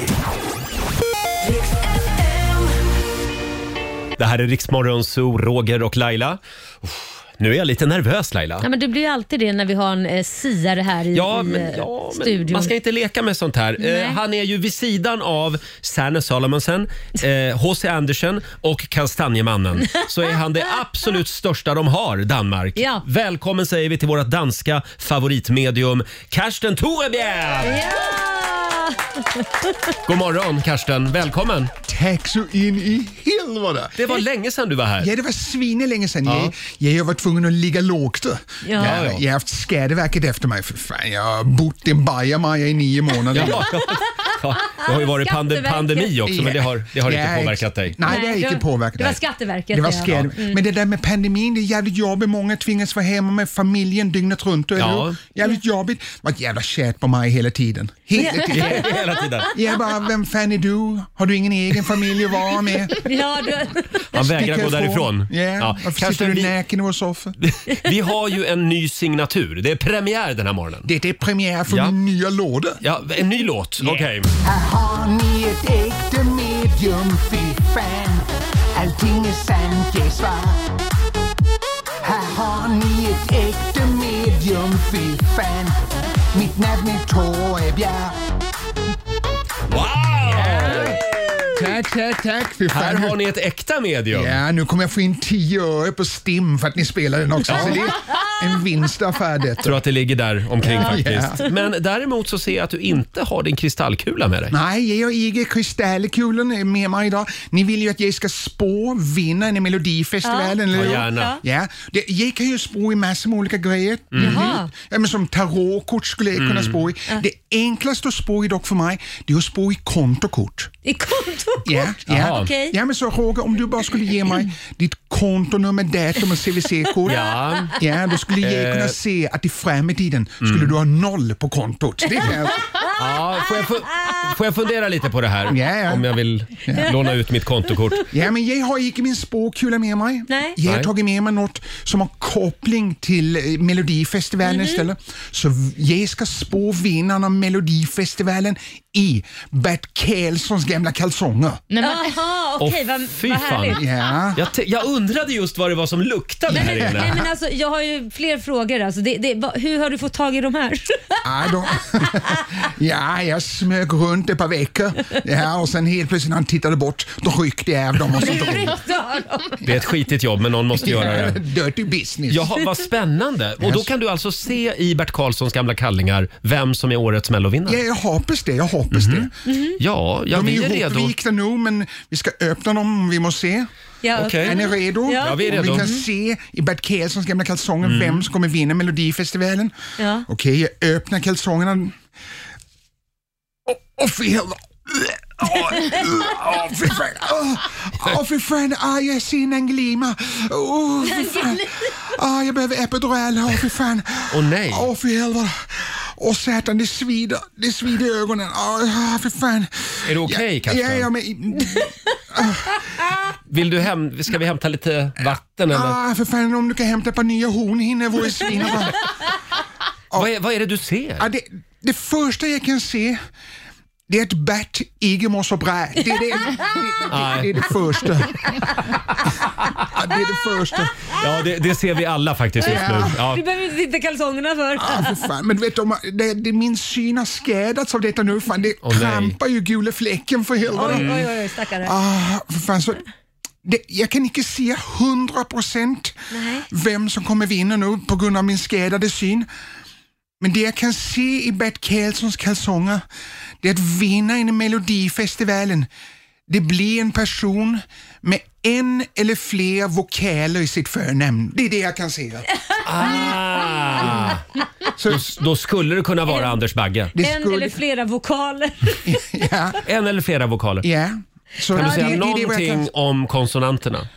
Det här är Riksmorgon Zoo, Roger och Laila. Uff, nu är jag lite nervös Laila.
Ja, men du blir ju alltid det när vi har en eh, siare här i,
Ja,
i
men,
eh,
ja, men
studion.
man ska inte leka med sånt här.
Nej.
Eh, han är ju vid sidan av Serne Salomonsen, eh, H.C. Andersen och Kastanjemannen. Så är han det absolut största de har, Danmark.
Ja.
Välkommen säger vi till vårt danska favoritmedium, Karsten Torebjer! God morgon Karsten, välkommen!
Tack så in i helvete!
Det var länge sedan du var här.
Ja, det var svinelänge sedan.
Ja.
Jag, jag var tvungen att ligga lågt. Jag,
ja.
jag har haft Skatteverket efter mig. För fan, jag har bott i en bajamaja i nio månader.
Ja, ja, ja. Det har ju varit pande,
Skatteverket.
pandemi också, men det har, det har
Ja,
inte
ex-
påverkat dig.
Nej, det har
det
inte
var-
påverkat
Det var
dig.
Skatteverket.
Det var
ja.
skräp.
Mm.
Men det där med pandemin, det är jävligt jobbigt. Många tvingas vara hemma med familjen dygnet runt. eller
Ja.
hur? Jävligt jobbigt. Vad ett jävla tjat på mig hela tiden. Hela tiden.
Hela tiden.
Jag bara, vem fan är du? Har du ingen egen familj att vara med?
Ja, du...
Han vägrar gå därifrån.
Ja,
Ja.
varför
Kanske
sitter du
vi-
naken i vår soffa?
Vi har ju en ny signatur. Det är premiär den här morgonen.
Det är premiär för min nya låda.
Ja, en ny låt. Okej.
Här har ni ett äkta medium, fy fan. Allting är sant, det är svart. Här har ni ett äkta medium, fy fan. Mitt namn är Torebjer.
Tack, tack, tack. Fy fan.
Här har ni ett äkta medium.
Ja, nu kommer jag få in 10 öre på Stim för att ni spelar den också.
Ja.
Så det, en vinstaffär det.
tror att det ligger där omkring
Ja.
faktiskt.
Ja.
Men däremot så ser jag att du inte har din kristallkula med dig.
Nej, jag äger kristallkulan är med mig idag. Ni vill ju att jag ska spå vinnaren i Melodifestivalen,
Ja.
eller hur?
Ja, gärna.
Ja. Det, jag kan ju spå i massor med olika grejer.
Mm.
Jaha.
Ja, men som tarotkort skulle jag kunna
Mm.
spå i. Det enklaste att spå i dock för mig, det är att spå i kontokort.
I kontokort?
Ja, ja. ja men så Roger, om du bara skulle ge mig ditt kontonummer, datum och CVC-kod.
Ja.
ja, då skulle jag kunna
Eh.
se att i framtiden Äh, skulle du ha noll på kontot. Det kan jag
Ja, får, jag fu- får jag fundera lite på det här?
Ja, ja.
Om jag vill
Ja.
låna ut mitt kontokort.
Ja, men jag har inte min spåkula med mig.
Nej.
Jag har
Nej.
tagit med mig något som har koppling till eh, Melodifestivalen istället. Så v- jag ska spå vinnaren av Melodifestivalen i Bert Karlssons gamla kalsonger.
Nej, men... Jaha, okej.
Åh,
vad,
fy
vad
fan.
härligt.
Ja.
Jag, te- jag undrade just vad det var som luktade här
Nej,
inne.
men alltså, jag har ju fler frågor. Alltså. Det, det, va, hur har du fått tag i de här?
Ja, då. ja, jag smög runt ett par veckor ja, och sen helt plötsligt när han tittade bort, då ryckte jag av dem och så drog jag.
Det är ett skitigt jobb, men någon måste göra det.
Dirty business.
Jaha, vad spännande. Och då
Yes.
kan du alltså se i Bert Karlssons gamla kallingar vem som är årets mellovinnare?
Ja, jag hoppas det. Jag hoppas det.
Mhm. Ja, ja,
de är
vi är
ju
redo.
hopvikta nu, men vi ska öppna dem om vi måste se.
Ja, Okej.
Är ni redo?
Ja. Ja, vi är
Och
redo.
vi kan
Mm.
se i Bert Karlssons gamla kalsonger vem som kommer vinna Melodifestivalen.
Ja.
Okej, jag öppnar kalsongerna. Åh, oh, fy helvete! Åh, fy fan! Åh, Åh, fy fan! Ah, jag ser en anglima! Åh, fy fan! Ah, jag behöver epidural! Åh, fy fan!
Åh, nej!
Åh, fy helvete! Åh, satan, det svider! Det svider i ögonen! Åh, oh, fy fan!
Är du okej Katja?
Ja, ja, men...
Vill du hem- Ska vi hämta lite vatten eller?
Ah, för fan, om du kan hämta ett par nya hornhinnor vore svinbra.
Vad, är, vad är det du ser?
Ah, det, det första jag kan se det är att Bert inte mår så bra. Det är det, det, det, det, är det första. Ah, det är det första.
Ja, det, det ser vi alla faktiskt just nu. Ja.
Du behöver inte titta kalsongerna för.
Ah, för fan. Men du vet, de, har- det, det, min syn har skadats av detta nu. Fan. Det
Åh, nej.
krampar ju gula fläcken för helvete.
Oj, oj, oj, stackare.
Mm. Ah, för fan, så, det, jag kan inte se 100 procent
Nej.
vem som kommer vinna nu på grund av min skadade syn. Men det jag kan se i Bert Karlssons kalsonger, det är att vinna i Melodifestivalen, det blir en person med en eller fler vokaler i sitt förnamn. Det är det jag kan se.
Ah. Då, då skulle det kunna vara Anders Bagge.
En eller flera vokaler.
En eller flera vokaler.
Ja. Så
Kan du
det-
säga
det- det är vad jag
någonting
kan-
om konsonanterna?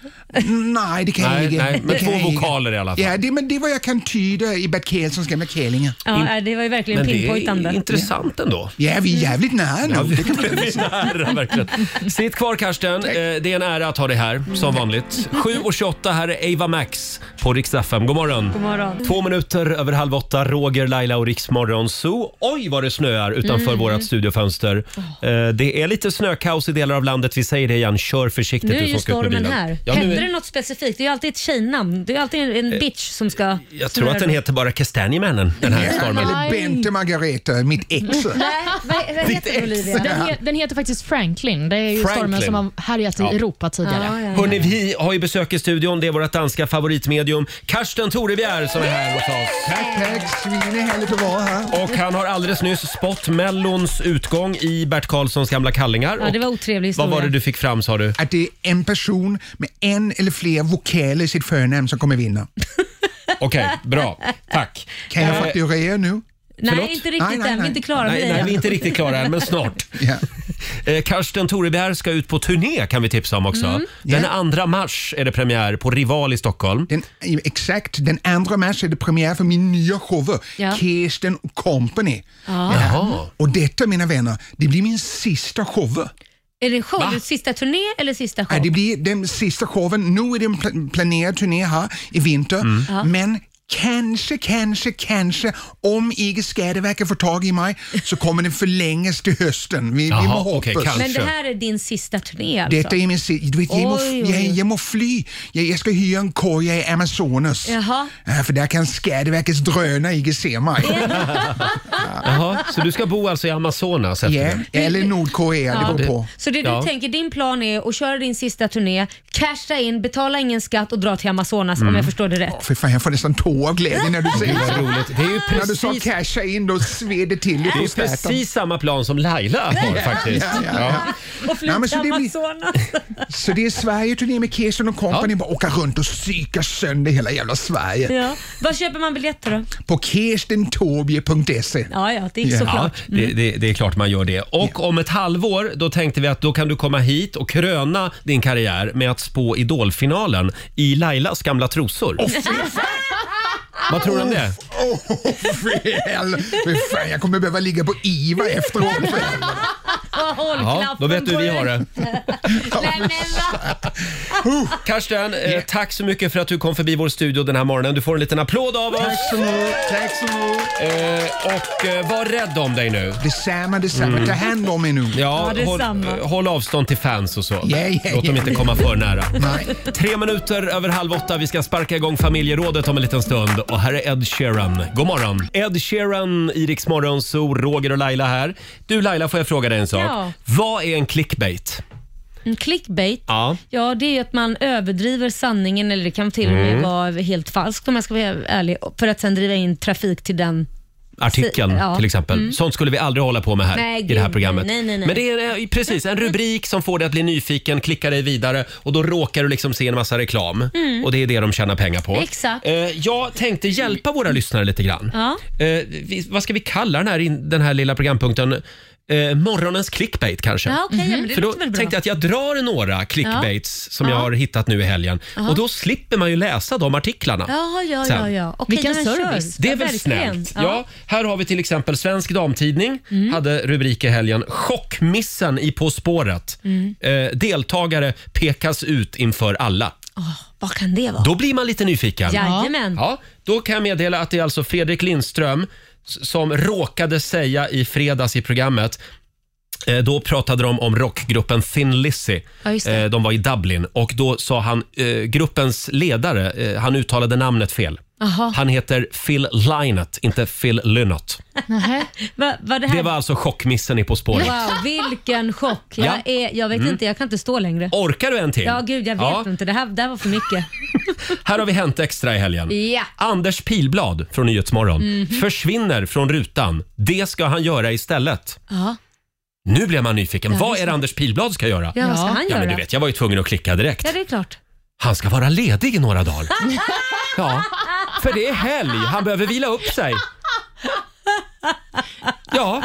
Nej, det kan
Nej,
jag inte.
nej, men
Det kan
två
jag inte.
vokaler i alla fall.
Ja, det, men det är vad jag kan tyda i Bert Karlssons gamla källingar.
Ja, nej, det var ju verkligen
Men det är
pinpointande.
intressant ändå.
Ja, vi är jävligt nära nu.
Ja, vi
det kan man
vi är nära, verkligen. Sitt kvar Karsten. Eh, Det är en ära att ha dig här som vanligt. 7.28 här är Ava Max på Rix FM. God morgon.
God morgon.
Två minuter över halv åtta, Roger, Laila och Riksmorgon Zoo. Oj vad det snöar utanför
Mm. Oh.
vårt studiofönster. Eh, Det är lite snökaos i delar av landet. Vi säger det igen, kör försiktigt
Nu är
du som
ju
ska ut med
stormen
bilen.
här.
Ja, nu,
Hände
är- Eh,
det något specifikt? Det är ju alltid ett tjejnamn. Det är ju alltid en, en bitch som ska...
jag tror att den heter bara Kastanjemännen, den här stormen.
Eller Bente Margareta, mitt ex.
Nej, vad, vad
Ditt
heter
ex.
den, Olivia? Den, he, den heter faktiskt Franklin. Det är ju stormen
Franklin.
som har härjat i
Ja.
Europa tidigare.
Hörni, vi har ju besök i studion. Det är vårt danska favoritmedium Karsten Torebjer som är här hos oss.
Tack, tack. Svinehärligt att vara här.
Och han har alldeles nyss spått Mellons utgång i Bert Karlssons gamla kallingar.
Ja, det var
Och
otrevlig
Vad
historia.
var det du fick fram sa du?
Att det är en person med en eller fler vokaler i sitt förnamn som kommer vinna.
Okej, bra. Tack.
Kan jag
Eh,
fakturera nu?
Nej,
Förlåt?
inte riktigt
Nej, nej,
än. Vi är
nej.
inte klara med
Nej,
dig
nej,
än.
vi är inte riktigt klara än, men snart. Eh, Karsten Torebjer ska ut på turné kan vi tipsa om också.
Mm.
Den
Ja.
2 mars är det premiär på Rival i Stockholm.
Den, exakt, den andra mars är det premiär för min nya show,
Ja.
Kirsten Company.
Ja.
Jaha.
Och detta mina vänner, det blir min sista show.
Är det show? Sista turné eller sista show?
Ja, det blir den sista showen. Nu är det en pla- planerad turné här i vinter,
Mm.
Ja.
men Kanske, kanske, kanske om IG Skadeverket får tag i mig så kommer den förlängas till hösten. Vi, vi må
Jaha,
hoppas.
okej,
Men det här är din sista turné alltså?
Alltså. Detta är min si- du vet, jag, må,
Oj, oj,
jag,
oj.
jag må fly. Jag, jag ska hyra en koja i Amazonas.
Jaha.
Ja, för där kan Skadeverkets drönare inte se mig.
Jaha, så du ska bo alltså i Amazonas? efter
Ja,
det?
eller Nordkorea, det beror på.
Så det du
Ja.
tänker, din plan är att köra din sista turné, casha in, betala ingen skatt och dra till Amazonas
Mm.
om jag förstår det rätt.
För fan, jag får nästan tårar gå av glädje när du säger
Gud, vad
så.
roligt. Det är ju
När du sa
precis-
casha in, då sved det till i
Det är ju
prostaten.
precis samma plan som Laila har faktiskt.
Ja, ja, ja.
Och flyga
Nej, men så det blir-
Amazonas.
Så det är Sverige-turné med Kirsten och kompani. Bara åka runt och psyka sönder hela jävla Sverige.
Ja. Var köper man biljetter då?
På kirstentobie.se.
Ja, ja, det är såklart.
Ja, det, det, det är klart man gör det. Och om ett halvår då tänkte vi att då kan du komma hit och kröna din karriär med att spå idolfinalen i Lailas gamla trosor. Vad tror du om det?
Åh, oh, fel! Fy fan, jag kommer behöva ligga på IVA efteråt. för helvete.
Håll
Ja, då vet du hur vi har det.
Nej, men va?
Karsten, eh, tack så mycket för att du kom förbi vår studio den här morgonen. Du får en liten applåd av oss.
Tack så mycket. Tack så mycket.
Eh, och eh, var rädd om dig nu.
Detsamma, detsamma.
Mm.
Ta hand om er nu.
Ja,
Ja,
håll,
detsamma.
eh, håll avstånd till fans och så.
yeah,
Låt dem
yeah.
inte komma för nära.
Nej.
Tre minuter över halv åtta. Vi ska sparka igång familjerådet om en liten stund. Och här är Ed Sheeran. God morgon! Ed Sheeran, Iriks morgonzoo, Roger och Laila här. Du Laila, får jag fråga dig en sak?
Ja.
Vad är en clickbait?
En clickbait.
Ja.
Ja, det är ju att man överdriver sanningen eller det kan till och med
Mm.
vara helt falskt om jag ska vara ärlig, för att sen driva in trafik till den.
Artikeln
Si- ja.
till exempel.
Mm.
Sånt skulle vi aldrig hålla på med här
Nej,
i det här
gud,
programmet.
nej, nej, nej.
Men det är eh, precis en rubrik som får dig att bli nyfiken, klicka dig vidare och då råkar du liksom se en massa reklam.
Mm.
Och det är det de tjänar pengar på.
Exakt.
Eh, Jag tänkte hjälpa våra lyssnare lite grann.
Ja.
Eh, vi, vad ska vi kalla den här, in, den här lilla programpunkten? Eh, morgonens clickbait kanske.
Ja, okej, ja, men det
För då
låter väl bra.
tänkte jag Mm-hmm. att jag drar några clickbaits som
Ja.
jag har hittat nu i helgen.
Ja.
Och då slipper man ju läsa de artiklarna.
Ja, ja, ja,
sen.
ja. Okej,
Vilken
ja, men kör.
service.
Det är
Ja, Mm.
väl
verkligen.
snällt? Ja. här har vi till exempel Svensk Damtidning. Hade rubrik i helgen “Chockmissen i På spåret”.
Mm.
Eh, deltagare pekas ut inför alla.
Åh, vad kan det vara?
Då blir man lite nyfiken.
Jajamän.
Ja, då kan jag meddela att det är alltså Fredrik Lindström s- som råkade säga i fredags i programmet eh, då pratade de om rockgruppen Thin Lizzy.
Ja, just det.
Eh, De var i Dublin och då sa han, eh, gruppens ledare, eh, han uttalade namnet fel.
Jaha.
Han heter Phil Lynott, inte Phil Lynott.
Nähä. Va, va det här?
Det var alltså chockmissen i På spåret.
Wow, vilken chock. Jag,
Ja.
är, jag vet
Mm.
inte, jag kan inte stå längre.
Orkar du en till?
Ja, gud, jag vet
Ja.
inte. Det här, det här var för mycket.
Här har vi Hänt Extra i helgen.
Ja.
Anders Pilblad från Nyhetsmorgon
Mhm.
försvinner från rutan. Det ska han göra istället.
Ja.
Nu blir man nyfiken.
Ja,
vad
visst.
är det Anders Pilblad ska göra?
Ja, vad ska han
ja, men
göra?
du vet, jag var ju tvungen att klicka direkt.
Ja, det är klart.
Han ska vara ledig i några dagar. Ja, för det är helg. Han behöver vila upp sig. Ja.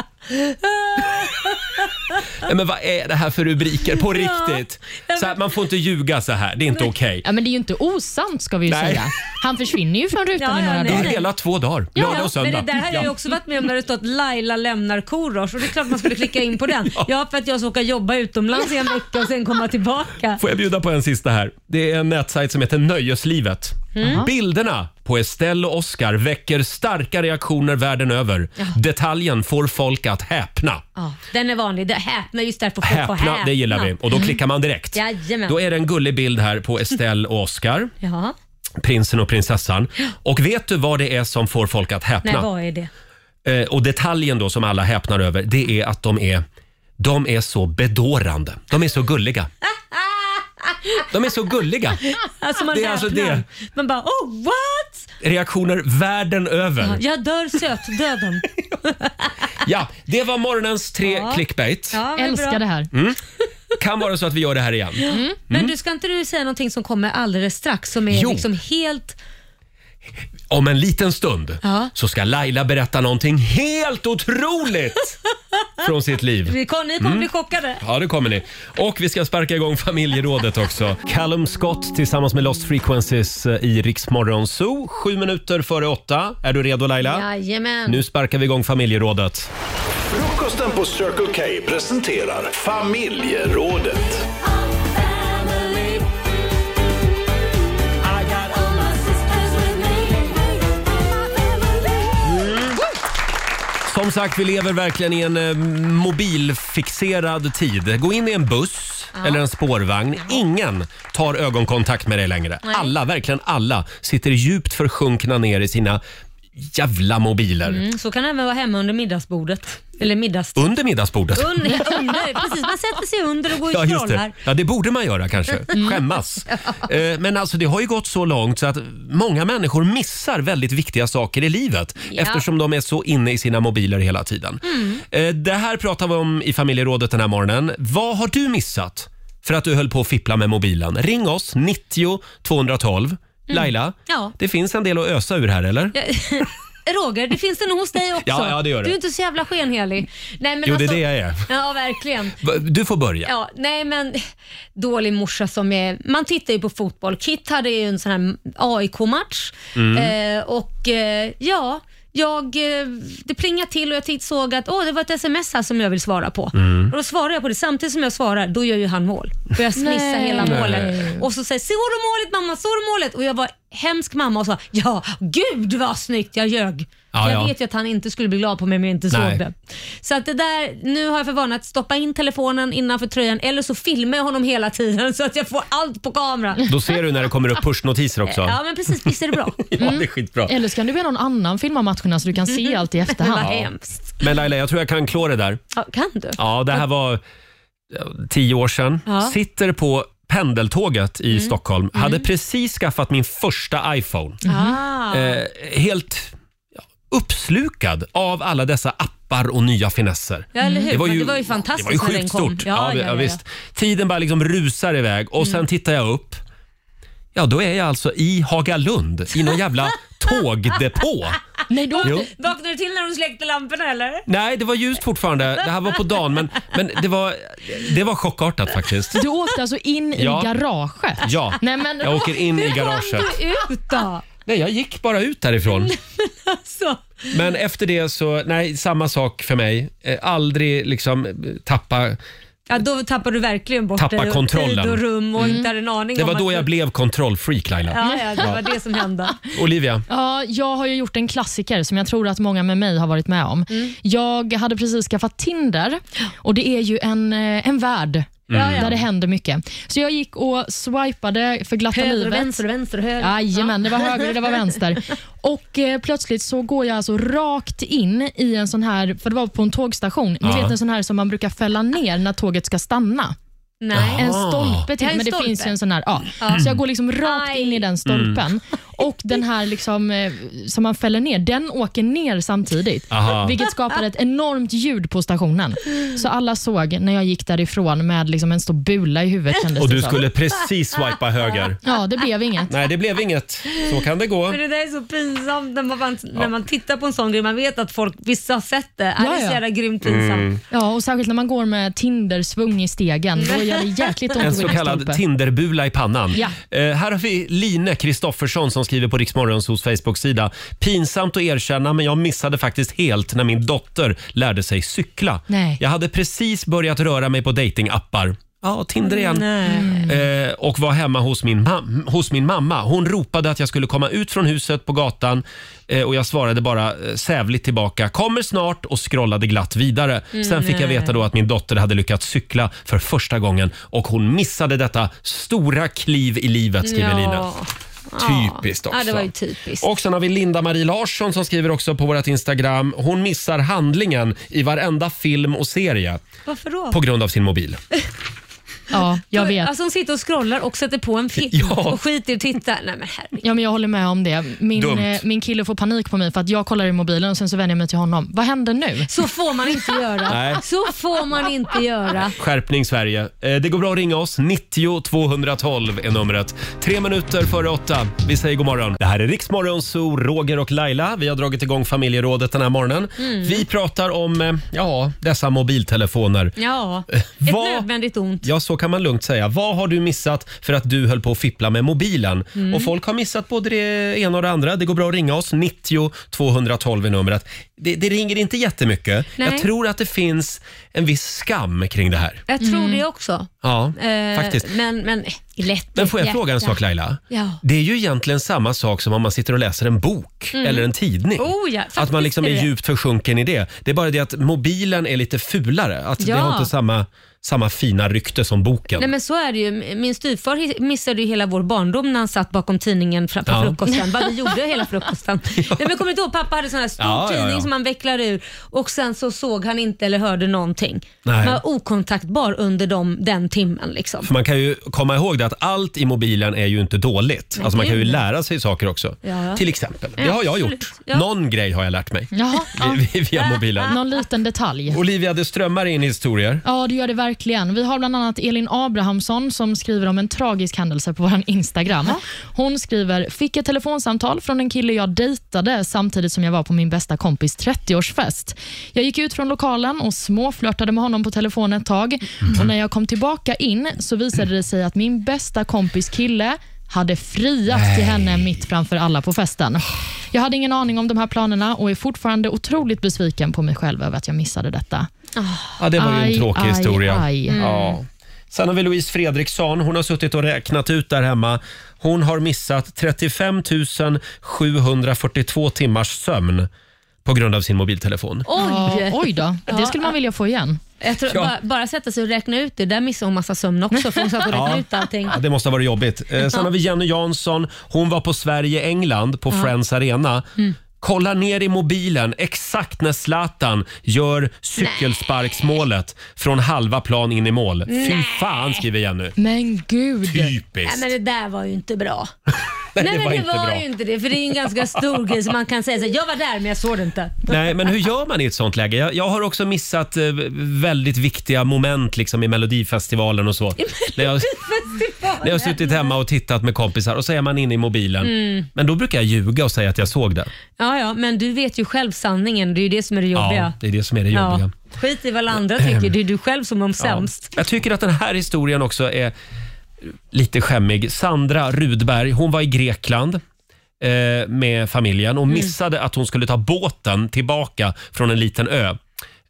Nej, Men vad är det här för rubriker på
Ja,
riktigt?
jag
Så här, man får inte ljuga så här. Det är inte okej.
Ja, men det är ju inte osant ska vi ju
Nej.
säga. Han försvinner ju från rutan i några
Det är
dagar.
hela två dagar.
Ja,
Lördag och
Men
söndag.
det där har jag ju
Ja.
också varit med om när det stått Laila lämnar Korosh och det är klart man skulle klicka in på den. Ja, för att jag ska åka jobba utomlands i en vecka och sen komma tillbaka.
Får jag bjuda på en sista här? Det är en nätsajt som heter Nöjeslivet.
Mm.
Bilderna på Estelle och Oscar väcker starka reaktioner världen över.
Ja.
Detaljen får folk att häpna.
Ja, den är vanlig. Det häpnar just därför folk får
Häpna,
häpna. Mm.
det gillar vi. Och då klickar man direkt.
Jajamän.
Då är det en gullig bild här på Estelle och Oscar.
Ja,
Prinsen och prinsessan. Och vet du vad det är som får folk att
nej
häpna?
vad är det?
Eh, och detaljen då som alla häpnar över, det är att de är, de är så bedårande. De är så gulliga. De är så gulliga.
Alltså man
Det
det
är alltså
häpnar.
det.
Man bara oh what?
Reaktioner världen
Ja,
över.
jag dör sötdöden.
Ja, det var morgonens tre
Ja.
clickbait.
Ja, men
Älskar
bra.
det här.
Mm. Kan vara så att vi gör det här igen.
Mm. Men du ska inte du säga någonting som kommer alldeles strax som är
Jo.
liksom helt...
Om en liten stund
Ja.
så ska Laila berätta någonting helt otroligt från sitt liv.
Vi kommer, ni kommer
Mm.
bli chockade.
Ja, det kommer ni. Och vi ska sparka igång familjerådet också. Callum Scott tillsammans med Lost Frequencies eh, i Rix Morgon Zoo. Sju minuter före åtta. Är du redo Laila?
Jajamän.
Nu sparkar vi igång familjerådet.
Frukosten på Circle K presenterar familjerådet.
Som sagt, vi lever verkligen i en eh, mobilfixerad tid. Gå in i en buss eller en spårvagn. Ingen tar ögonkontakt med dig längre. Alla, verkligen alla, sitter djupt försjunkna ner i sina Jävla mobiler.
Mm, så kan det även vara hemma under middagsbordet. Eller middags...
Under middagsbordet.
Under, under, precis. Man sätter sig under och går och
Ja, just
scrollar.
det. Ja, det borde man göra kanske.
Mm.
Skämmas. Eh, Men alltså det har ju gått så långt så att många människor missar väldigt viktiga saker i livet
Ja.
eftersom de är så inne i sina mobiler hela tiden.
Mm.
Eh, Det här pratar vi om i familjerådet den här morgonen. Vad har du missat för att du höll på att fippla med mobilen? Ring oss, 90 212. Laila,
Mm. Ja.
det finns en del att ösa ur här eller?
Ja, Roger, det finns det nog hos dig också.
Ja, ja, det gör det.
Du är inte så jävla skenhelig. Nej, men
Jo, det är
alltså,
det jag är.
Ja, verkligen.
Va- Du får börja.
Ja, nej men dålig morsa som är... Man tittar ju på fotboll. Kit hade ju en sån här AIK-match
Mm.
eh, och eh, ja, jag, eh, det plingade till och jag titt- såg att åh, det var ett sms här som jag vill svara på.
Mm.
Och då svarar jag på det. Samtidigt som jag svarar, då gör ju han mål. Börjar smissa
Nej.
hela
Nej.
målet. Och så säger såg du målet mamma, såg du målet? Och jag var hemsk mamma och sa ja, gud vad snyggt, jag ljög.
Ja,
jag
ja.
vet ju att han inte skulle bli glad på mig om jag inte såg
Nej.
det. Så att det där, nu har jag för vana att stoppa in telefonen innanför tröjan eller så filmar jag honom hela tiden så att jag får allt på kamera.
Då ser du när det kommer upp pushnotiser också.
Ja Mm. men precis, visst är det bra?
Ja, det är skitbra.
Eller så kan du be någon annan filma matcherna så du kan se allt i efterhand.
Vad Men Laila, jag tror jag kan klå det där.
Ja, kan du?
Ja, det här var eh, tio år sedan.
Ja.
Sitter på pendeltåget i
Mm.
Stockholm. Hade precis skaffat min första iPhone.
Ah.
Eh, helt ja, uppslukad av alla dessa appar och nya finesser.
Ja, eller hur? Men det var ju fantastiskt
Det var ju
när den
sjukt
kom.
stort.
Ja,
Ja,
ja, Mm.
ja,
ja,
visst. Tiden bara liksom rusar iväg och sen tittar jag upp. Ja, då är jag alltså i Hagalund i någon jävla tågdepå.
Nej, då...
Jo.
Vaknade du till när de släckte lamporna eller?
Nej, det var ljust fortfarande. Det här var på dagen, men, men det, var, det var chockartat faktiskt.
Du åkte alltså in
Ja.
i garaget?
Ja,
Nej, men...
jag åker in i garaget.
Du ut då?
Nej, jag gick bara ut därifrån.
Alltså.
Men efter det så, nej, samma sak för mig. Eh, Aldrig liksom eh, tappa...
Ja, då tappar du verkligen bort
Tappa
dig och
kontrollen.
tid och rum och inte hade en aning
Det
om
var
att
då
du-
jag blev kontrollfreak Laila.
Ja, ja, det var det som hände.
Olivia,
Ja, jag har ju gjort en klassiker som jag tror att många med mig har varit med om.
Mm.
Jag hade precis skaffat Tinder och det är ju en, eh, en värld
Ja, ja.
där det händer mycket. Så jag gick och swipade för glatta
Höger och
livet.
vänster och vänster och höger.
Jajamän,
Ja.
det var höger och det var vänster. Och eh, Plötsligt så går jag alltså rakt in i en sån här, för det var på en tågstation, ni
Ja.
vet en sån här som man brukar fälla ner när tåget ska stanna.
Nej.
En
Jaha.
stolpe
Det
till,
här är
men det
stolpe.
finns ju en sån här. Ja.
Ja.
Så jag går liksom rakt in i den stolpen.
Mm.
Och den här liksom, eh, som man fäller ner, den åker ner samtidigt.
Aha.
Vilket skapade ett enormt ljud på stationen. Så alla såg när jag gick därifrån med liksom en stor bula i huvudet kändes
och
det
du
som.
skulle precis swipa höger.
Ja, det blev inget.
Nej, det blev inget. Så kan det gå.
Men det där är så pinsamt när man, när man tittar på en sån grej. Man vet att folk, vissa har sett det. Ja,
Ja,
Det är så
ja.
jävla grymt pinsamt.
Mm.
Ja, och särskilt när man går med Tinder-svung i stegen. Då gör det jäkligt ont
En
att gå
så
in i
kallad
stolpe.
Tinderbula i pannan.
Ja.
Eh, här har vi Line Kristoffersson som skriver på Riksmorgonsos Facebook-sida. Pinsamt att erkänna, men jag missade faktiskt helt när min dotter lärde sig cykla.
Nej.
Jag hade precis börjat röra mig på datingappar. Ja, Tinder igen. Eh, och var hemma hos min, mam- hos min mamma. Hon ropade att jag skulle komma ut från huset på gatan eh, och jag svarade bara eh, sävligt tillbaka. Kommer snart och scrollade glatt vidare.
Mm,
Sen fick jag
nej.
veta då att min dotter hade lyckats cykla för första gången och hon missade detta stora kliv i livet, skriver
Ja.
Lina.
Ja.
Typiskt också.
Ja, det var ju typiskt.
Och sen har vi Linda-Marie Larsson som skriver också på vårt Instagram. Hon missar handlingen i varenda film och serie
Varför då?
på grund av sin mobil.
Ja, jag vet.
Alltså hon sitter och scrollar och sätter på en film
Ja.
och skiter i att titta. Nej men herregud.
Ja, men jag håller med om det. Min,
Dumt.
eh, min kille får panik på mig för att jag kollar i mobilen och sen så vänder jag mig till honom. Vad händer nu?
Så får man inte göra.
Nej.
Så får man inte göra.
Skärpning Sverige. Eh, Det går bra att ringa oss. 90 212 är numret. Tre minuter före åtta. Vi säger god morgon. Det här är Riksmorgon Zoo, Roger och Laila. Vi har dragit igång familjerådet den här morgonen.
Mm.
Vi pratar om eh, ja, dessa mobiltelefoner.
Ja, ett
Vad-
nödvändigt ont.
Ja, så kan man lugnt säga. Vad har du missat för att du höll på att fippla med mobilen?
Mm.
Och folk har missat både det ena och det andra. Det går bra att ringa oss. 90 212 är numret. Det, det ringer inte jättemycket.
Nej.
Jag tror att det finns en viss skam kring det här.
Jag
Mm.
tror det också.
Ja,
Eh,
faktiskt.
Men, men lätt.
Men får jag fråga en
hjärta.
sak Laila?
Ja.
Det är ju egentligen samma sak som om man sitter och läser en bok
Mm.
eller en tidning.
Oh ja,
att man
faktiskt
liksom
är
är
det.
djupt försjunken i det. Det är bara det att mobilen är lite fulare. Att
Ja.
Det har inte samma samma fina rykte som boken.
Nej men så är det ju. Min styvfar hi- missade ju hela vår barndom när han satt bakom tidningen fra- på
Ja.
frukosten. Vad vi gjorde hela frukosten. Nej, men jag kommer inte ihåg, pappa hade sån här stor
Ja, ja, ja.
tidning som han vecklade ur och sen så såg han inte eller hörde någonting.
Nej.
Man var okontaktbar under de, den timmen liksom.
För man kan ju komma ihåg det att allt i mobilen är ju inte dåligt.
Nej,
Alltså man kan ju
gud.
lära sig saker också.
Ja.
Till exempel, det har jag
Absolut.
gjort.
Ja.
Någon grej har jag lärt mig
Jaha,
Vi- via mobilen.
Någon liten detalj.
Olivia, det strömmar in historier.
Ja, det gör det verkligen. Vi har bland annat Elin Abrahamsson som skriver om en tragisk händelse på vår Instagram. Hon skriver, fick ett telefonsamtal från en kille jag dejtade samtidigt som jag var på min bästa kompis 30-årsfest. Jag gick ut från lokalen och småflörtade med honom på telefon ett tag och när jag kom tillbaka in så visade det sig att min bästa kompis kille hade friat till henne mitt framför alla på festen. Jag hade ingen aning om de här planerna och är fortfarande otroligt besviken på mig själv över att jag missade detta.
Ja, det var ju en
Aj,
tråkig
aj,
historia.
aj. Mm.
Ja. Sen har vi Louise Fredriksson. Hon har suttit och räknat ut där hemma. Hon har missat 35 742 timmars sömn på grund av sin mobiltelefon.
Oj!
Ja, oj då. Det skulle man vilja få igen.
Jag tror,
Ja.
bara, bara sätta sig och räkna ut det, där missade hon massa sömn också för hon satt och räknade
Ja.
ut allting.
Ja, det måste ha varit jobbigt. Eh, sen har vi Jenny Jansson. Hon var på Sverige-England på
Ja.
Friends Arena.
Mm.
Kolla ner i mobilen exakt när Zlatan gör cykelsparksmålet från halva plan in i mål. Fy
Nej.
fan, skriver Jenny.
Men gud.
Nej,
Typiskt.
men det där var ju inte bra.
Nej, det
Nej,
var
men
inte
det var
bra.
ju inte det. För det är en ganska stor grej så man kan säga så här, jag var där men jag såg det inte.
Nej, men hur gör man i ett sånt läge? Jag, jag har också missat eh, väldigt viktiga moment liksom, i Melodifestivalen och så. När jag, när jag har suttit hemma och tittat med kompisar och så är man inne i mobilen.
Mm.
Men då brukar jag ljuga och säga att jag såg det.
Ja, ja, men du vet ju själv sanningen. Det är ju det som är det
Ja,
jobbiga.
det är det som är det jobbiga.
Ja. Skit i vad alla andra tycker. Det är du själv som är sämst.
Ja. Jag tycker att den här historien också är lite skämmig. Sandra Rudberg, hon var i Grekland eh, med familjen
Mm.
och missade att hon skulle ta båten tillbaka från en liten ö.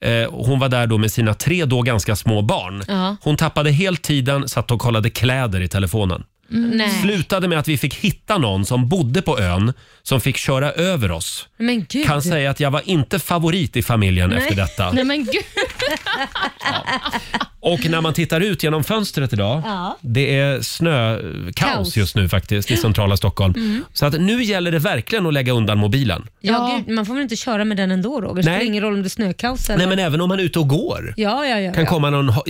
Eh, hon var där då med sina tre då ganska små barn.
Ja.
Hon tappade helt tiden, satt och kollade kläder i telefonen.
Mm. Nej.
Slutade med att vi fick hitta någon som bodde på ön som fick köra över oss.
Men gud.
Kan säga att jag var inte favorit i familjen efter detta.
Nej, men gud.
Och när man tittar ut genom fönstret idag,
Ja.
det är snökaos
Kaos.
just nu faktiskt i centrala Stockholm.
Mm.
Så att nu gäller det verkligen att lägga undan mobilen.
Ja, Gud, man får väl inte köra med den ändå Roger? Det spelar
Nej.
ingen roll om det är snökaos eller...
Nej men även om man är ute och går
Ja, ja, ja.
kan
ja.
komma någon ha-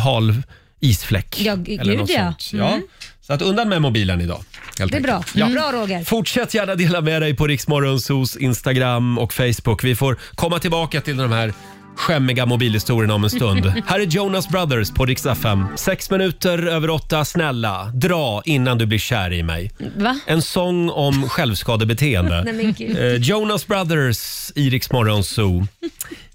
hal isfläck.
Ja, g-
eller
gud,
något
ja.
sånt. ja.
Mm.
Så att undan med mobilen idag. Helt
Det är bra.
Ja.
Bra Roger.
Fortsätt gärna dela med dig på Riksmorgonsos Instagram och Facebook. Vi får komma tillbaka till de här skämmiga mobilhistorierna om en stund. här är Jonas Brothers på Rix FM. Sex minuter över åtta. Snälla, dra innan du blir kär i mig.
Va?
En sång om
Nej,
självskadebeteende.
men gud.
Eh, Jonas Brothers i Rix Morgonzoo.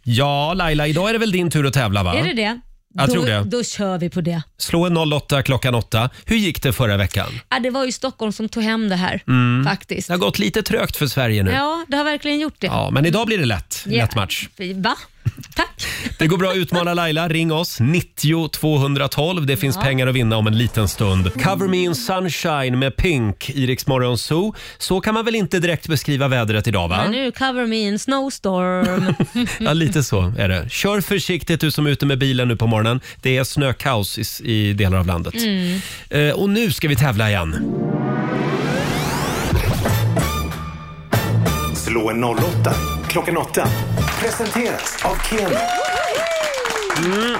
Ja, Laila, idag är det väl din tur att tävla? va?
Är det det?
Jag
då,
tror det.
Då kör vi på det.
Slå en 08 klockan 8. Hur gick det förra veckan?
Ja, det var ju Stockholm som tog hem det här
Mm.
faktiskt.
Det har gått lite trögt för Sverige nu.
Ja, det har verkligen gjort det.
Ja, men idag blir det lätt.
Ja.
Lätt match.
Va?
Det går bra att utmana Laila. Ring oss, 90 212. Det finns
Ja. Mm.
pengar att vinna om en liten stund. Cover me in sunshine med Pink i Rix Morgon Zoo. Så kan man väl inte direkt beskriva vädret idag va?
Men nu cover me in snowstorm.
Ja, lite så är det. Kör försiktigt du som är ute med bilen nu på morgonen. Det är snökaos i, s- i delar av landet.
Mm.
Eh, och nu ska vi tävla igen.
Slå en 08 klockan 8. Presenteras av Keno.
Mm.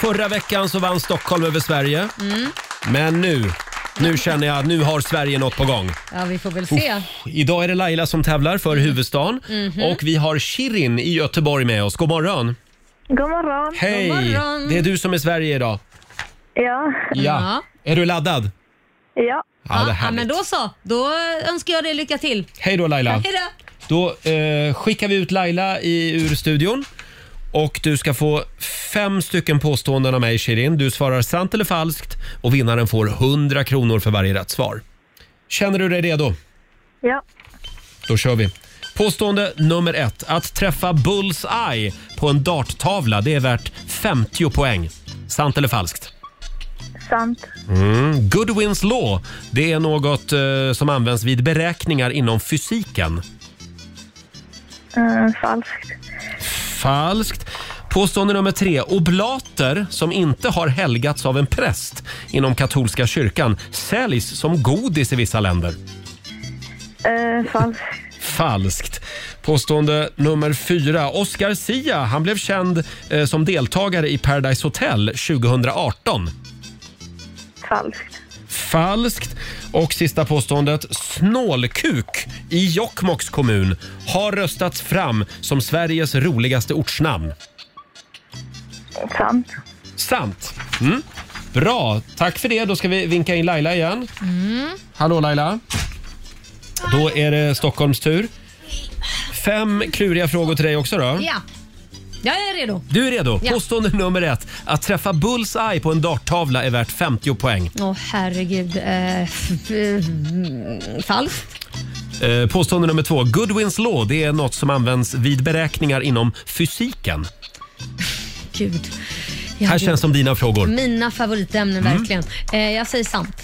Förra veckan så vann Stockholm över Sverige.
Mm.
Men nu, nu känner jag att nu har Sverige något på gång.
Ja, vi får väl se.
Idag är det Laila som tävlar för huvudstaden
Mhm.
och vi har Shirin i Göteborg med oss. God morgon!
God morgon.
Hej! Det är du som är Sverige idag.
Ja.
Ja. Är du laddad?
Ja.
Ja, det är
ja,
härligt.
men då så. Då önskar jag dig lycka till.
Hej då Laila!
Hej då.
Då eh, skickar vi ut Laila i, ur studion. Och du ska få fem stycken påståenden av mig Shirin. Du svarar sant eller falskt och vinnaren får 100 kronor för varje rätt svar. Känner du dig redo?
Ja.
Då kör vi. Påstående nummer ett. Att träffa bullseye på en darttavla det är värt 50 poäng. Sant eller falskt?
Sant.
Mm. Goodwins law det är något eh, som används vid beräkningar inom fysiken.
Eh, falskt.
Falskt. Påstående nummer tre. Oblater som inte har helgats av en präst inom katolska kyrkan säljs som godis i vissa länder.
Eh, falskt.
Falskt. Påstående nummer fyra. Oscar Sia han blev känd eh, som deltagare i Paradise Hotel 2018.
Falskt.
Falskt. Och sista påståendet. Snålkuk i Jokkmokks kommun har röstats fram som Sveriges roligaste ortsnamn.
Sant.
Sant. Mm. Bra. Tack för det. Då ska vi vinka in Laila igen.
Mm.
Hallå Laila. Då är det Stockholms tur. Fem kluriga frågor till dig också då.
Ja. Jag är redo.
Du är redo.
Ja.
Påstående nummer ett. Att träffa bullseye på en darttavla är värt 50 poäng.
Åh herregud. Eh, f- eh, falskt.
Eh, Påstående nummer två. Goodwins law det är något som används vid beräkningar inom fysiken.
Gud. Jag
Här
hade-
känns som dina frågor.
Mina favoritämnen
Mm.
verkligen. Eh, jag säger sant.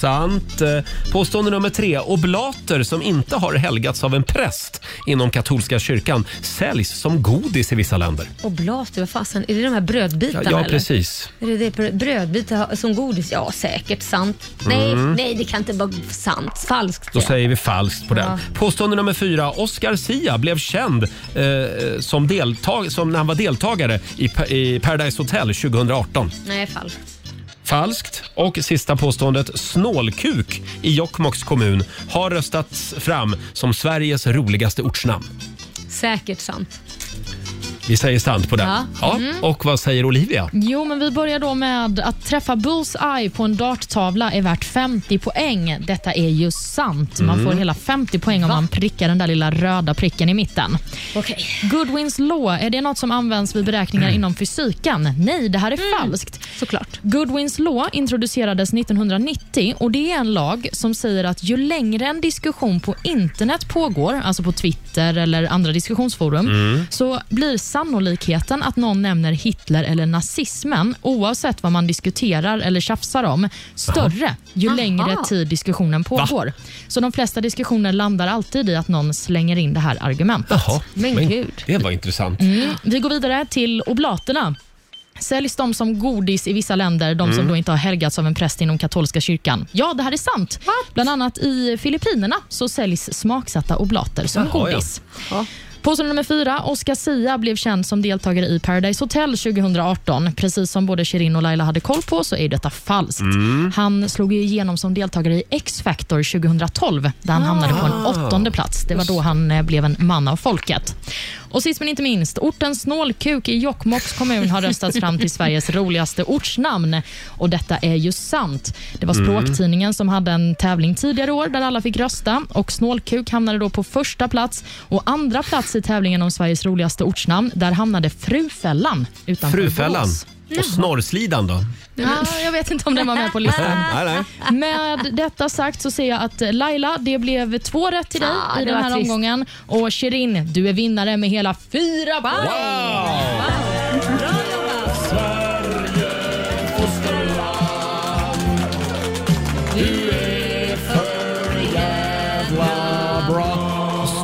Sant. Eh, Påstående nummer tre. Oblater som inte har helgats av en präst inom katolska kyrkan säljs som godis i vissa länder.
Oblater, vad fasen, är det de här brödbitarna
Ja, ja,
eller?
precis.
Är det det brö- brödbitar ha- som godis? Ja, säkert sant.
Mm.
Nej, nej, det kan inte vara sant. Falskt.
Då
säger jag.
säger vi falskt på den.
Ja.
Påstående nummer fyra. Oscar Sia blev känd eh, som, deltag- som när han var deltagare i, Pa- i Paradise Hotel 2018.
Nej, falskt.
Falskt. Och sista påståendet. Snålkuk i Jokkmokks kommun har röstats fram som Sveriges roligaste ortsnamn.
Säkert sant.
Vi säger sant på den. Ja.
Ja. Mm.
Och vad säger Olivia?
Jo, men vi börjar då med att träffa bullseye på en darttavla är värt 50 poäng. Detta är ju sant. Man
Mm.
får hela 50 poäng om man prickar den där lilla röda pricken i mitten.
Okej.
Goodwins law, är det något som används vid beräkningar
Mm.
inom fysiken? Nej, det här är falskt.
Såklart.
Goodwins law introducerades 1990 och det är en lag som säger att ju längre en diskussion på internet pågår, alltså på Twitter eller andra diskussionsforum,
Mm.
så blir sannolikheten att någon nämner Hitler eller nazismen, oavsett vad man diskuterar eller tjafsar om, större ju
Aha.
längre tid diskussionen pågår. Så de flesta diskussioner landar alltid i att någon slänger in det här argumentet.
Det var intressant.
Mm. Vi går vidare till oblaterna. Säljs de som godis i vissa länder, de som
Mm.
då inte har helgats av en präst inom katolska kyrkan? Ja, det här är sant. Bland annat i Filippinerna så säljs smaksatta oblater som
Jaha,
godis. Påstående nummer fyra. Oscar Sia blev känd som deltagare i Paradise Hotel 2018. Precis som både Shirin och Laila hade koll på så är detta falskt. Han slog ju igenom som deltagare i X-Factor 2012 där han hamnade på en
Ah.
åttonde plats. Det var då han eh, blev en man av folket. Och sist men inte minst, orten Snålkuk i Jokkmokks kommun har röstats fram till Sveriges roligaste ortsnamn. Och detta är ju sant. Det var
Mm.
Språktidningen som hade en tävling tidigare i år där alla fick rösta och Snålkuk hamnade då på första plats och andra plats i tävlingen om Sveriges roligaste ortsnamn. Där hamnade Frufällan utanför
Frufällan.
Borås.
Och Snorrslidan då?
Ja, jag vet inte om den var med på listan.
Nej, nej.
Med detta sagt så ser jag att eh, Laila, det blev två rätt till dig
Ah,
i
det var
den här
trist.
omgången. Och Shirin, du är vinnare med hela fyra poäng.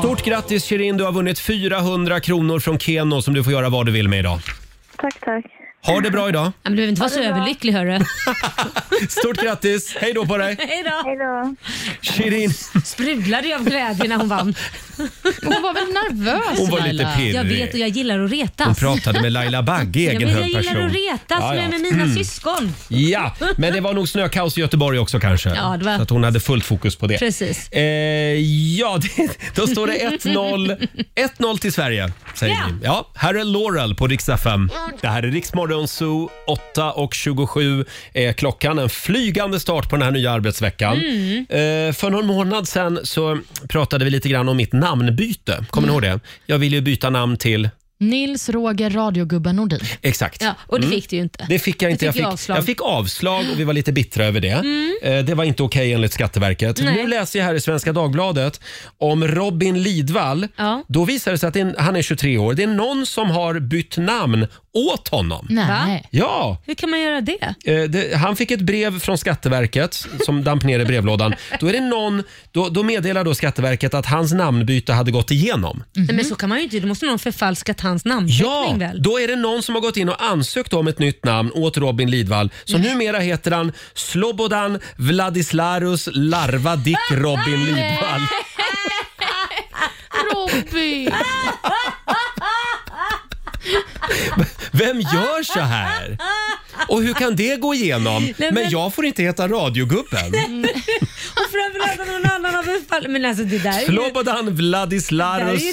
Stort grattis Shirin, du har vunnit 400 kronor från Keno som du får göra vad du vill med idag.
Tack, tack.
Ha det bra idag.
Men du behöver inte vara
Ja,
så
det är bra.
överlycklig hörru.
Stort grattis, hej då på dig.
Hej
då.
Shirin.
Sprudlade ju av glädje när hon vann.
Hon var väl nervös
Hon var lite Laila. pirrig.
Jag vet och jag gillar att retas.
Hon pratade med Laila Bagge,
Ja, men
egen
Jag
hög
gillar
person.
att retas
Ja, ja.
med, med mina
Mm.
syskon.
Ja, men det var nog snökaos i Göteborg också kanske.
Ja, det var-
Så att hon hade fullt fokus på det.
Precis.
Eh, ja, det, då står det 1-0 1-0 till Sverige, säger
Ja.
vi. Ja, här är Laurel på riksdag 5. Det här är Riksmorgon Zoo. 8.27 är klockan. En flygande start på den här nya arbetsveckan.
Mm.
Eh, för någon månad sedan så pratade vi lite grann om mitt namnbyte. Kommer
Mm.
ni ihåg det? Jag ville ju byta namn till...
Nils Roger radiogubben Nordin.
Exakt.
Ja, och det
Mm.
fick du ju inte.
Det fick jag inte.
Du
jag,
fick
fick,
ju
jag, fick,
avslag.
avslag och vi var lite bittra över det.
Mm.
Eh, Det var inte okej enligt Skatteverket.
Nej.
Nu läser jag här i Svenska Dagbladet om Robin Lidvall. Då visar det sig att det är, en- han är 23 år. Det är någon som har bytt namn åt honom.
Nej.
Ja!
Hur kan man göra det?
Eh, det, han fick ett brev från Skatteverket som damp ner i brevlådan. Då, är det någon, då, då meddelar då Skatteverket att hans namnbyte hade gått igenom.
Nej, men så kan man ju inte. Då måste någon förfalskat hans namnteckning
Ja,
väl?
då är det någon som har gått in och ansökt om ett nytt namn åt Robin Lidvall. Så numera heter han Slobodan Vladislarus Larva Dick Robin Lidvall.
Robin!
Vem gör så här? Och hur kan det gå igenom?
men-
Men jag får inte heta radiogubben.
Och framförallt att någon annan har förfalskat... Men alltså det där är ju...
Slobodan Vladislarus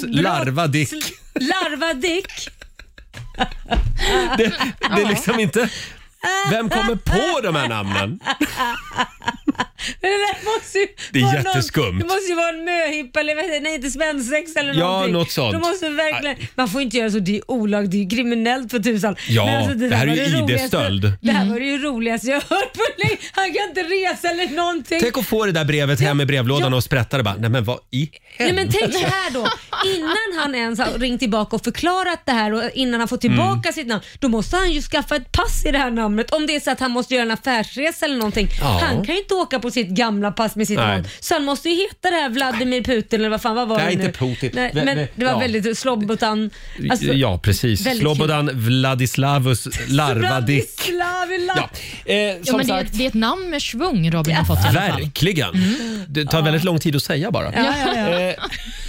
Det där är ju brott.
Larva Dick.
Larva Dick.
Det, det är liksom inte... Vem kommer på de här
Men
namnen?
det där måste ju
Det är
vara
jätteskumt.
Någon, det måste ju vara en möhippa eller vad heter det? nej inte svensexa eller
Ja,
någonting.
något sånt.
Då måste vi verkligen, man får inte göra så, det är olag, det är ju kriminellt för tusan.
Ja,
Men alltså,
det här
var
är ju
roligaste-
ID-stöld.
Det här var det ju roligaste jag hört på länge. Han kan inte resa eller någonting.
Tänk att få det där brevet hem i brevlådan och sprätta det bara. Nej men vad i
Nej, men tänk så
helvete?
här då. Innan han ens har ringt tillbaka och förklarat det här och innan han får tillbaka sitt namn, då måste han ju skaffa ett pass i det här namnet. Om det är så att han måste göra en affärsresa eller någonting.
Ja.
Han kan ju inte åka på sitt gamla pass med sitt
Nej.
namn. Så han måste ju heta det här Vladimir Putin eller vad fan vad var det,
Nej,
nu?
inte Putin.
Nej,
Ve-
men
ve-
det var
ja.
väldigt slobotan. Alltså,
ja, precis.
väldigt
Slobodan Vladislavus Larva Dick.
Vladislav, Vlad-
Ja. Eh,
Ja,
som
men det, är,
sagt,
ett- det är ett namn med svung Robin har fått i alla fall.
verkligen.
Mm.
Det tar väldigt lång tid att säga bara.
Ja, ja, ja.
Eh,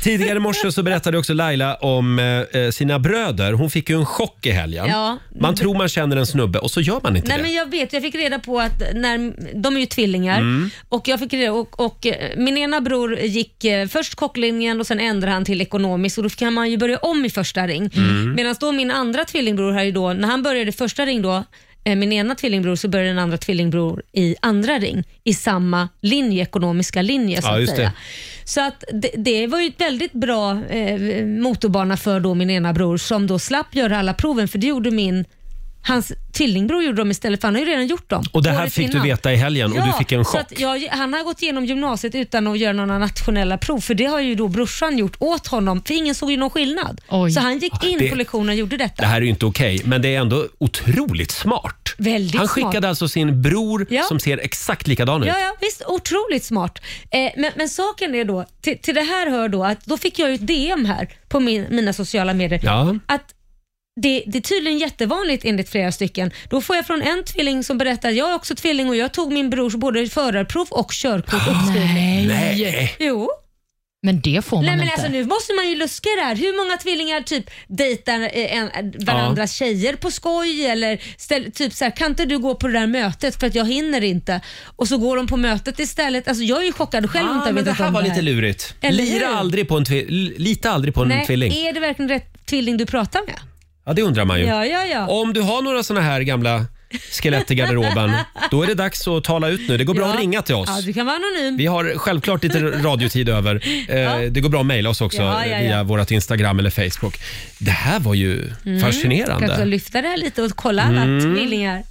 tidigare i morse så berättade också Laila om eh, sina bröder. Hon fick ju en chock i helgen.
Ja.
Man tror man känner en snubbe och så gör man inte
Nej
det.
men jag vet, jag fick reda på att när, de är ju tvillingar
Mm.
och jag fick reda och, och eh, min ena bror gick eh, först kocklinjen och sen ändrade han till ekonomisk och då kan man ju börja om i första ring.
Mm.
Medan då min andra tvillingbror här ju då, när han började i första ring då, eh, min ena tvillingbror så började den andra tvillingbror i andra ring i samma linje, ekonomiska linje så
Ja,
att
just det.
säga. Så att det, det var ju ett väldigt bra eh, motorbana för då min ena bror som då slapp göra alla proven för det gjorde min Hans tvillingbror gjorde dem istället för han har ju redan gjort dem.
Och det här
året
fick
innan.
du veta i helgen och du fick en
så
chock.
att jag, han har gått igenom gymnasiet utan att göra några nationella prov för det har ju då brorsan gjort åt honom för ingen såg ju någon skillnad. Så han gick in
det-
på lektionen och gjorde detta.
Det här är ju inte okej, men det är ändå otroligt smart.
Väldigt
Han
smart.
skickade alltså sin bror
Ja.
som ser exakt likadan ut.
Ja, ja, visst. Otroligt smart. Eh, men, men saken är då, till, till det här hör då att då fick jag ju ett DM här på min, mina sociala medier.
Ja.
Att det, det är tydligen jättevanligt enligt flera stycken. Då får jag från en tvilling som berättar jag är också tvilling och jag tog min brors både förarprov och körkort uppskrivet.
Nej.
Jo.
Men det får man
Nej, men
inte.
alltså, nu måste man ju luska i det här. Hur många tvillingar typ dejtar eh, en, varandras tjejer på skoj eller ställ, typ så här, kan inte du gå på det där mötet för att jag hinner inte? Och så går de på mötet istället. Alltså, jag är ju chockad själv om inte
Ah,
jag
men
vetat
det här
om
var
det
lite lurigt.
Eller
Lira
hur?
aldrig på en tvi- l- lita aldrig på en
Nej,
tvilling.
Är det verkligen rätt tvilling du pratar med?
Ja, det undrar man ju.
Ja, ja, ja.
Om du har några såna här gamla skelett i garderoben, då är det dags att tala ut nu. Det går bra
ja.
att ringa till oss.
Ja, du kan vara anonym.
Vi har självklart lite radiotid över. Eh, Det går bra att mejla oss också
Ja, ja, ja.
via vårt Instagram eller Facebook. Det här var ju
Mm. Ska också
fascinerande.
lyfta det här lite och kolla alla
Mm.
tvillingar.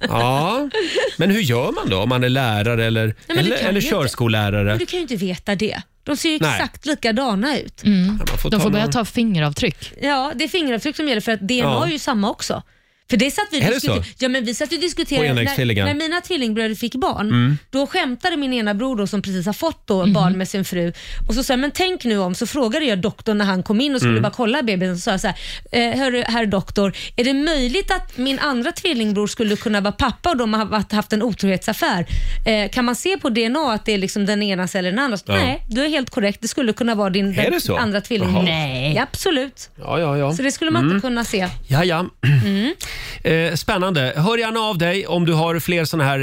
Ja, men hur gör man då om man är lärare eller,
men du
eller,
kan
eller
ju inte. Mm.
körskollärare?
Men du kan ju inte veta det. De ser ju
Nej.
exakt likadana ut.
man får De ta får börja någon- ta
fingeravtryck.
Ja, det är fingeravtryck som gäller för att DNA
Ja.
är ju samma också. För det satt vi
Är det
diskuter-
så?
Ja, men vi satt och
På
diskuterade när,
enäggstvillingar.
när mina tvillingbröder fick barn.
Mm. Mhm.
Då skämtade min ena bror då, som precis har fått då, barn med sin fru och så sa jag, men tänk nu om, så frågade jag doktorn när han kom in och skulle
Mm.
bara kolla bebisen och sa så här, eh, hörru herr doktor, är det möjligt att min andra tvillingbror skulle kunna vara pappa och de har varit- haft en otrohetsaffär? Eh, kan man se på DNA att det är liksom den ena eller den andra?
Ja.
Nej, du är helt korrekt, det skulle kunna vara din
Är
den
det så?
andra tvillingbror.
Jaha.
Nej. Ja, absolut.
Ja, ja, ja.
Så det skulle man
Mm.
inte kunna se.
Ja, ja.
Mm.
Eh, spännande. Hör gärna av dig om du har fler såna här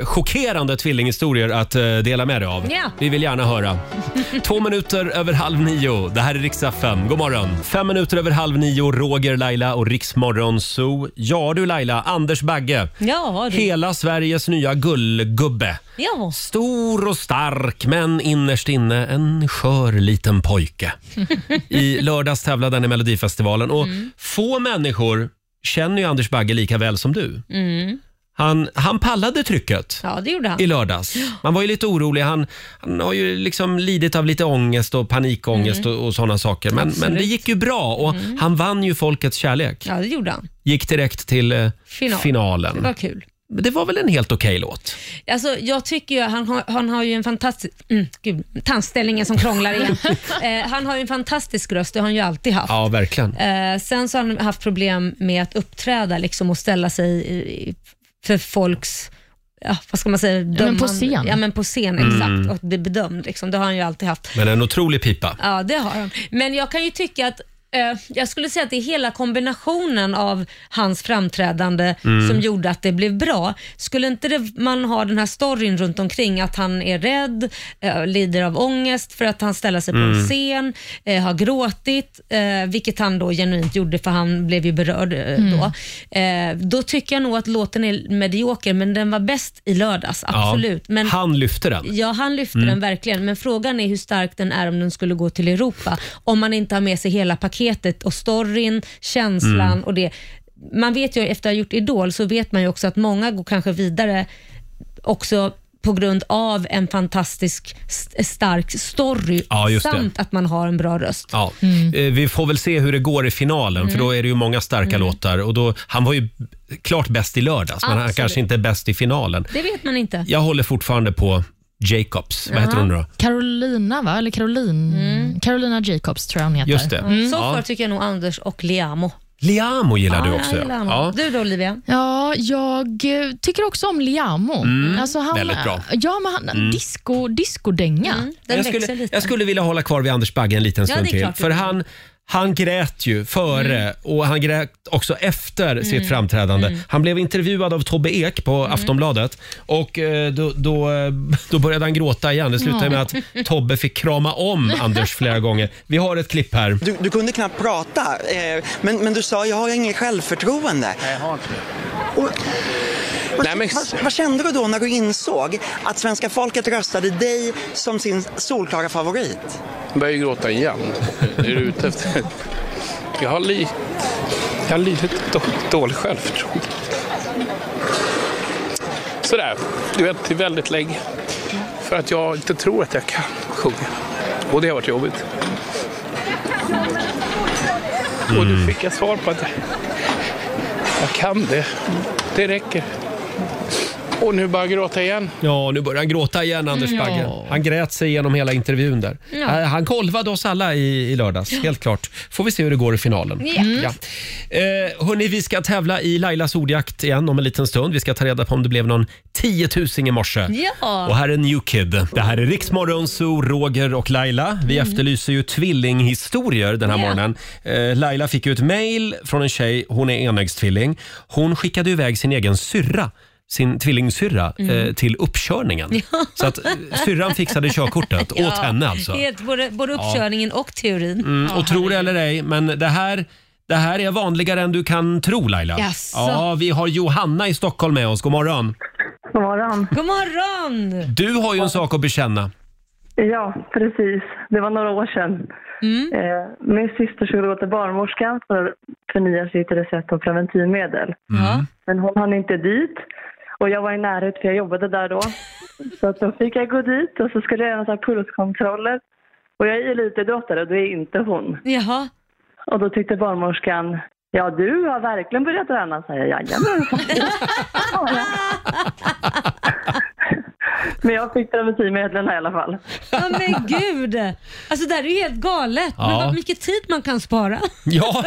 eh, chockerande tvillinghistorier att eh, dela med dig av.
Ja.
Vi vill gärna höra. Två minuter över halv nio. Det här är riksdag 5. God morgon. Fem minuter över halv nio. Roger, Laila och Riksmorgon Zoo. Ja du Laila, Anders Bagge.
Ja, du.
Hela Sveriges nya gullgubbe.
Ja.
Stor och stark, men innerst inne en skör liten pojke. I lördags tävlade han i
Mm.
Melodifestivalen och få människor känner ju Anders Bagge lika väl som du.
Mm.
Han, han pallade trycket
Ja, det gjorde han.
i lördags. Man var ju lite orolig. Han, han har ju liksom lidit av lite ångest och panikångest
Mm.
och, och sådana saker. Men, men
Absolut. Mm.
det gick ju bra och han vann ju folkets kärlek.
Ja, det gjorde han.
Gick direkt till eh,
Final.
finalen.
Det var kul.
Men det var väl en helt okej låt?
Alltså, jag tycker ju, han har, han har ju en fantastisk... Mm, gud, tandställningen som krånglar igen. eh, han har ju en fantastisk röst, det har han ju alltid haft.
Ja, verkligen.
Eh, sen så har han haft problem med att uppträda liksom, och ställa sig i, i- för folks Ja, vad ska man säga?
men på
dömande-
scen.
Ja, men på scen,
Mm.
exakt. Och bli bedömd. Liksom. Det har han ju alltid haft.
Men en otrolig pipa.
Ja, det har han. Men jag kan ju tycka att eh, jag skulle säga att det är hela kombinationen av hans framträdande
Mm.
som gjorde att det blev bra. Skulle inte det, man ha den här storyn runt omkring att han är rädd, eh, lider av ångest för att han ställer sig på en
Mm.
scen, eh, har gråtit, eh, vilket han då genuint gjorde för han blev ju berörd eh, då. Eh, då tycker jag nog att låten är medioker men den var bäst i lördags, absolut.
Ja,
Men
han lyfte den.
Ja, han lyfter
Mm.
den verkligen, men frågan är hur stark den är om den skulle gå till Europa. Om man inte har med sig hela paketet och storyn, känslan
Mm.
och det. Man vet ju efter att ha gjort Idol så vet man ju också att många går kanske vidare också på grund av en fantastisk st- stark story
Ja, just det.
samt att man har en bra röst.
Ja. Eh, Vi får väl se hur det går i finalen, för då är det ju många starka
Mm.
låtar. Och då, han var ju b- klart bäst i lördags, men han
Absolut.
kanske inte är bäst i finalen.
Det vet man inte.
Jag håller fortfarande på Jacobs. Vad heter
Jaha.
hon då?
Carolina, va? Eller Caroline?
Mm.
Carolina Jacobs tror jag hon heter.
Just det.
Mm.
Så
Ja.
far tycker jag nog Anders och Liamo.
Liamo gillar du
Ja,
också.
jag gillar honom.
Ja.
Du då Olivia? Mm.
Ja, jag eh, tycker också om Liamo. Alltså,
Mm, väldigt bra.
Ja, men han,
Mm.
disco, discodänga.
Mm.
Jag, skulle, jag skulle vilja hålla kvar vid Anders Bagge en liten
Ja,
stund
det är
till.
klart du Mm.
För
kan.
han, han grät ju före och han grät också efter sitt framträdande.
Mm.
Han blev intervjuad av Tobbe Ek på
Mm.
Aftonbladet och eh, då, då, eh, då började han gråta igen. Det slutade
Ja.
med att Tobbe fick krama om Anders flera gånger. Vi har ett klipp här.
Du, du kunde knappt prata, eh, men, men du sa jag har inget självförtroende. Och, vad,
Nej, men-
vad, vad kände du då när du insåg att svenska folket röstade dig som sin solklara favorit?
Jag börjar ju gråta igen. Är du ute efter? Jag har lite, jag har lite då, dålig självförtroende. Sådär, du vet, det är väldigt länge. För att jag inte tror att jag kan sjunga. Och det har varit jobbigt. Och nu fick jag svar på att jag kan det. Det räcker. Och nu börjar jag gråta igen.
Ja, nu börjar han gråta igen, Anders
Ja.
Bagge. Han grät sig igenom hela intervjun där.
Ja.
Eh, Han kolvade oss alla i, i lördags, helt klart. Får vi se hur det går i finalen.
Ja. Mm.
Ja. Eh, hörni, vi ska tävla i Lailas ordjakt igen om en liten stund. Vi ska ta reda på om det blev någon tiotusing i morse.
Ja.
Och här är New Kid. Det här är Riksmorgon, Zoo, Roger och Laila. Vi
Mm.
efterlyser ju tvillinghistorier den här
Ja.
morgonen. Eh, Laila fick ju ett mejl från en tjej, hon är enäggstvilling. Hon skickade iväg sin egen syrra sin tvillingsyrra
Mm.
eh, till uppkörningen.
Ja.
Så att eh, syrran fixade körkortet
Ja.
åt henne alltså.
Helt, både, både
Ja.
uppkörningen och teorin.
Mm, och tro det eller ej, men det här, det här är vanligare än du kan tro Laila.
Jaså?
Ja, vi har Johanna i Stockholm med oss. God morgon.
God morgon.
God morgon!
Du har ju en sak att bekänna.
Ja, precis. Det var några år sedan. Eh, min syster skulle gå till barnmorskan för att förnya sitt recept på preventivmedel.
Mm.
Men hon hann inte dit. Och jag var i närhet för jag jobbade där då. Så att då fick jag gå dit och så skulle jag göra några pulskontroller. Och jag är elitidrottare och det är inte hon.
Jaha.
Och då tyckte barnmorskan, ja du har verkligen börjat träna, säger jag. Jajamän. Men jag fick preventivmedlen i alla fall.
Ja, men gud! Alltså det här är ju helt galet. Men
Ja.
vad mycket tid man kan spara.
Ja,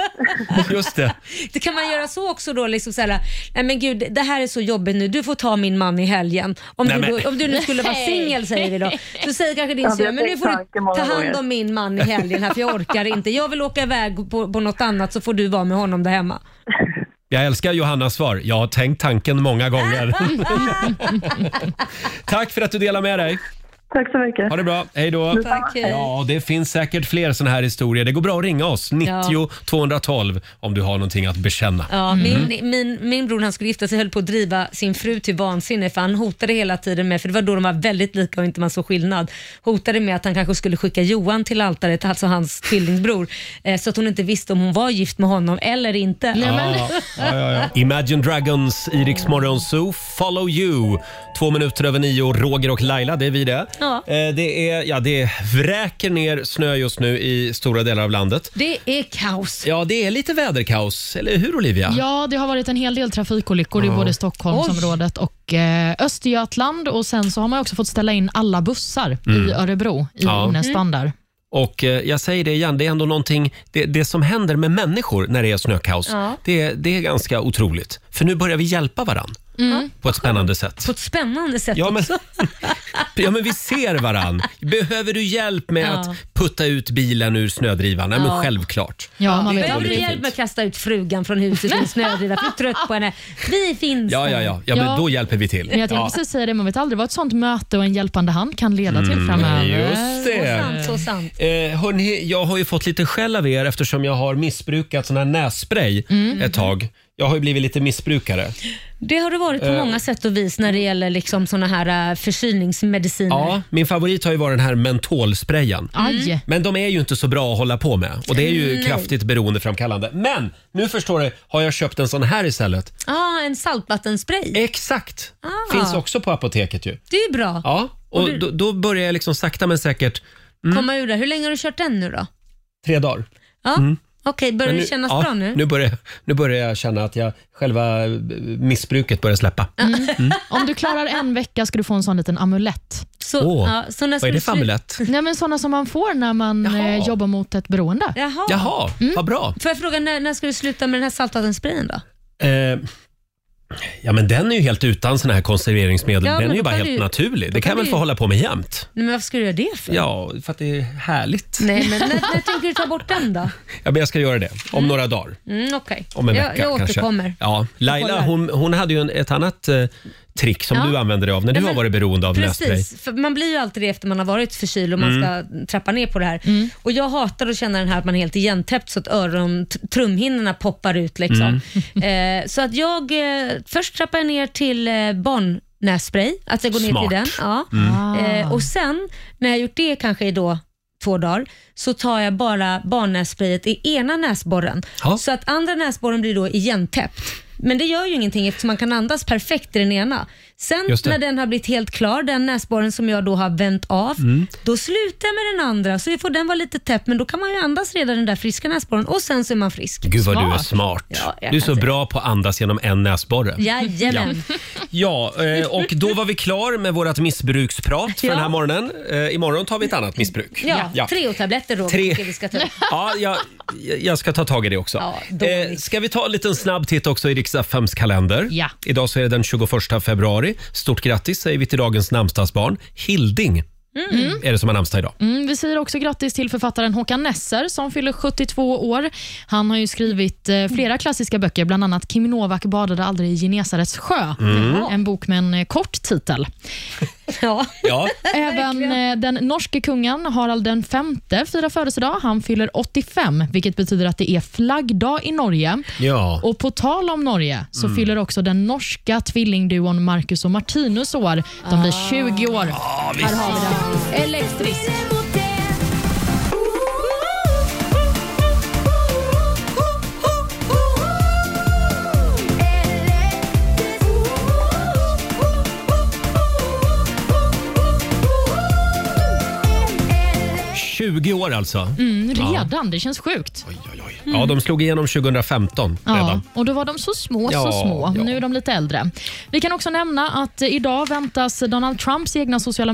just det.
Det kan man göra så också då, liksom såhär, nej men gud det här är så jobbigt nu, du får ta min man i helgen. Om,
Nej,
du,
men-
då, om du nu skulle vara
Nej.
singel säger vi då. Så säger kanske
Ja,
din
men
syrra,
jag
men nu
tänkt
får
tanken
du
många
ta hand
gånger.
om min man i helgen här för jag orkar inte. Jag vill åka iväg på, på något annat så får du vara med honom där hemma.
Jag älskar Johannas svar. Jag har tänkt tanken många gånger. Tack för att du delar med dig.
Tack så mycket.
Ha det bra, hej då.
Tack, hej.
Ja, det finns säkert fler såna här historier. Det går bra att ringa oss, 90
Ja.
212, om du har någonting att bekänna.
Ja, min, min, min bror när han skulle gifta sig höll på att driva sin fru till vansinne för han hotade hela tiden med, för det var då de var väldigt lika och inte man såg skillnad, hotade med att han kanske skulle skicka Johan till altaret, alltså hans tvillingbror, eh, så att hon inte visste om hon var gift med honom eller inte.
Ah.
Ja, ja, ja, ja. Imagine Dragons i Rix Morgon Zoo, Follow You. Två minuter över nio, Roger och Laila, det är vi det.
Ja.
Eh, Det, är, ja, det vräker ner snö just nu i stora delar av landet.
Det är kaos.
Ja, det är lite väderkaos, eller hur Olivia?
Ja, det har varit en hel del trafikolyckor
Ja.
i både Stockholmsområdet och eh, Östergötland. Och Sen så har man också fått ställa in alla bussar
Mm.
i Örebro, i
Ja.
Onestan där.
Och eh, jag säger det igen, det är ändå någonting, det, det som händer med människor när det är snökaos,
Ja.
det, är- det är ganska otroligt. För nu börjar vi hjälpa varandra
Mm.
på ett spännande sätt.
På ett spännande sätt
Ja, men-
också.
Ja, men vi ser varann. Behöver du hjälp med
Ja.
att putta ut bilen ur snödrivan? Nej, men
Ja.
självklart.
Ja,
man vet
Behöver
aldrig
du hjälp
riktigt.
med att kasta ut frugan från huset med snödriva? För jag är trött på henne. Vi finns
Ja, ja, ja. ja, men
Ja.
då hjälper vi till.
Men jag tänkte
ja.
precis säga det, man vet aldrig vad ett sånt möte och en hjälpande hand kan leda till
Mm,
framöver.
just det. Så sant, så
sant.
Eh, hörni, jag har ju fått lite skäll av er eftersom jag har missbrukat sån här nässpray
Mm.
ett tag. Jag har ju blivit lite missbrukare.
Det har det varit på
Eh.
många sätt och vis när det gäller liksom såna här eh, förkylningsmediciner.
Ja, min favorit har ju varit den här mentolsprayen.
Aj.
Men de är ju inte så bra att hålla på med och det är ju
Nej.
kraftigt beroendeframkallande. Men nu förstår du, har jag köpt en sån här istället.
Ah, en saltvattenspray.
Exakt.
Ah.
Finns också på apoteket ju.
Det är ju bra.
Ja, och,
Och du-
då, då börjar jag liksom sakta men säkert, mm,
Komma ur det. Hur länge har du kört den nu då?
tre dagar.
Ja.
Mm.
Okej, börjar
Men
det kännas
ja,
bra nu?
Nu börjar, nu börjar jag känna att jag, själva eh, missbruket börjar släppa.
Mm.
Mm.
Om du klarar en vecka ska du få en sån liten amulett.
Så,
Åh, ja, såna vad är som det för slu- amulett?
Nej, men såna som man får när man eh, jobbar mot ett beroende.
Jaha.
Jaha,
Mm.
vad bra.
Får jag fråga, när, när ska du sluta med den här saltvattensprayen då?
Eh, ja, men den är ju helt utan såna här konserveringsmedel.
Ja, men
den är ju
då
bara
kan
helt
du-
naturlig.
då
Det
kan
kan jag väl
du-
få hålla på med jämt?
Nej, men varför ska du göra det för?
Ja, för att det är härligt.
Nej, men när, när tänker du ta bort den då?
Ja, men jag ska göra det om några dagar.
Mm, Okej,
Om en
jag,
vecka
jag
kanske.
återkommer.
Ja, Laila
kollar.
hon, hon hade ju en, ett annat eh, trick som
Ja.
du använde dig av när
Nej,
du har
men-
varit beroende av nässpray.
Precis, för man blir ju alltid det efter man har varit förkyld och man
Mm.
ska trappa ner på det här. Och Jag hatar att känna den här att man är helt igentäppt så att öron, t- trumhinnorna poppar ut. Liksom.
Mm.
Eh, så att jag eh, först trappar jag ner till eh, barn nässpray, att jag går ner
Smart.
till den. Ja.
Mm.
Eh, och sen när jag gjort det kanske i då två dagar, så tar jag bara barnnässprayet i ena näsborren. Så att andra näsborren blir då igentäppt. Men det gör ju ingenting eftersom man kan andas perfekt i den ena. Sen
Just det.
när den har blivit helt klar, den näsborren som jag då har vänt av,
Mm.
då slutar jag med den andra så får den vara lite täppt men då kan man ju andas redan den där friska näsborren och sen så är man frisk.
Gud vad du är smart.
Ja, jag
du
kan
är så
säga.
bra på att andas genom en näsborre.
Jajamän.
Ja, eh, och då var vi klar med vårt missbruksprat för
Ja.
den här morgonen. Eh, Imorgon tar vi ett annat missbruk.
Ja, Treotabletter Roger
Tre.
tycker vi ska ta.
Ja, jag, jag ska ta tag i det också. eh, ska vi ta en liten snabb titt också i riks kalender?
Ja.
Idag så är det den 21 februari. Stort grattis säger vi till dagens namnsdagsbarn. Hilding
Mm.
är det som har namnsdag idag.
Mm, vi säger också grattis till författaren Håkan Nesser som fyller 72 år. Han har ju skrivit eh, flera klassiska böcker, bland annat Kim Novak badade aldrig i Genesarets sjö.
Mm.
En bok med en eh, kort titel.
Ja.
Ja.
Även eh, den norske kungen Harald den femte firar födelsedag. Han fyller 85, vilket betyder att det är flaggdag i Norge.
Ja.
Och På tal om Norge så
Mm.
fyller också den norska tvillingduon Marcus och Martinus år. De blir 20 år. Här har vi det. Elektriskt.
Mm. 20 år alltså.
Mm,
Ja.
redan, det känns sjukt.
ja, de slog igenom 2015
Ja,
redan.
och då var de så små,
Ja,
så små.
ja.
Nu är de lite äldre. Vi kan också nämna att eh, idag väntas Donald Trumps egna sociala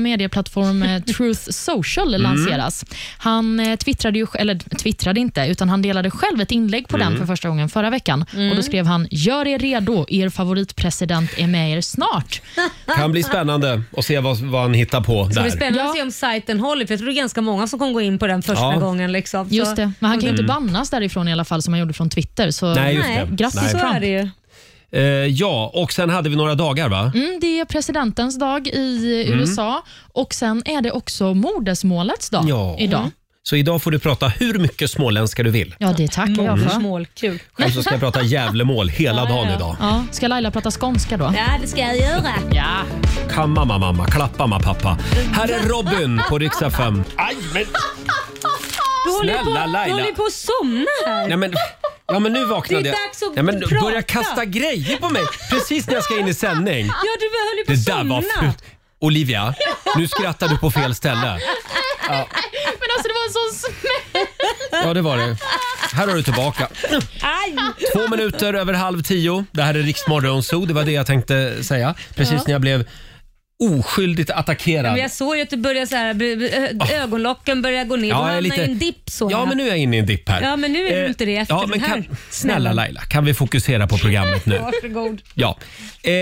medieplattform eh, Truth Social
Mm.
lanseras. Han eh, twittrade ju, sj- eller twittrade inte, utan han delade själv ett inlägg på
Mm.
den för första gången förra veckan. Och
Mm.
Då skrev han “Gör er redo, er favoritpresident är med er snart”.
Kan bli spännande att se vad, vad han hittar på
Det ska bli
där.
spännande att se om sajten håller för jag tror det är ganska många som kommer gå in på den första
Ja.
gången. Liksom. Så-
Just det, men han kan ju
Mm.
inte bannas därifrån i alla fall som han gjorde från Twitter. Så
Nej, just det.
grattis
Nej.
Så är
Trump.
det ju.
Eh, ja, och sen hade vi några dagar va?
Mm, det är presidentens dag i
Mm.
USA och sen är det också modersmålets dag idag.
Så idag får du prata hur mycket småländska du vill.
Ja, det tackar jag
Mm.
för. Målkul.
Själv så ska jag prata Gävlemål hela dagen idag.
Ja, ska Laila prata skånska då? Ja, det ska jag göra. Ja.
Kamma mamma, mamma, klappa mamma, pappa. Här är Robin på riksdag 5. Aj, men...
Du håller
Snälla
på, Du
Laila.
håller på att somna här.
Nej, men... Ja men nu vaknade
Det är
jag.
dags att
Nej, men
prata.
Börja kasta grejer på mig precis när jag ska in i sändning.
Ja, du höll ju på
Det
att
där
somna.
var fult. Olivia, nu skrattar du på fel ställe. Ja,
Men alltså det var en sån smäll.
ja det var det. Här har du tillbaka.
Aj!
Två minuter över halv tio. Det här är Riksmorgon Zoo. Det var det jag tänkte säga. Precis
Ja.
när jag blev oskyldigt
Ja,
attackerad.
men jag såg ju att du började så här, b- b- ö- ögonlocken började gå ner.
Ah. Ja,
du
jag är
hamnade
lite-
i en dipp så.
Ja,
här.
men nu är jag inne i en dipp här. Eh,
Ja, men nu är du inte det efter
ja,
den
men
här.
Kan, snälla Laila, kan vi fokusera på programmet nu?
Varsågod.
Ja. Eh,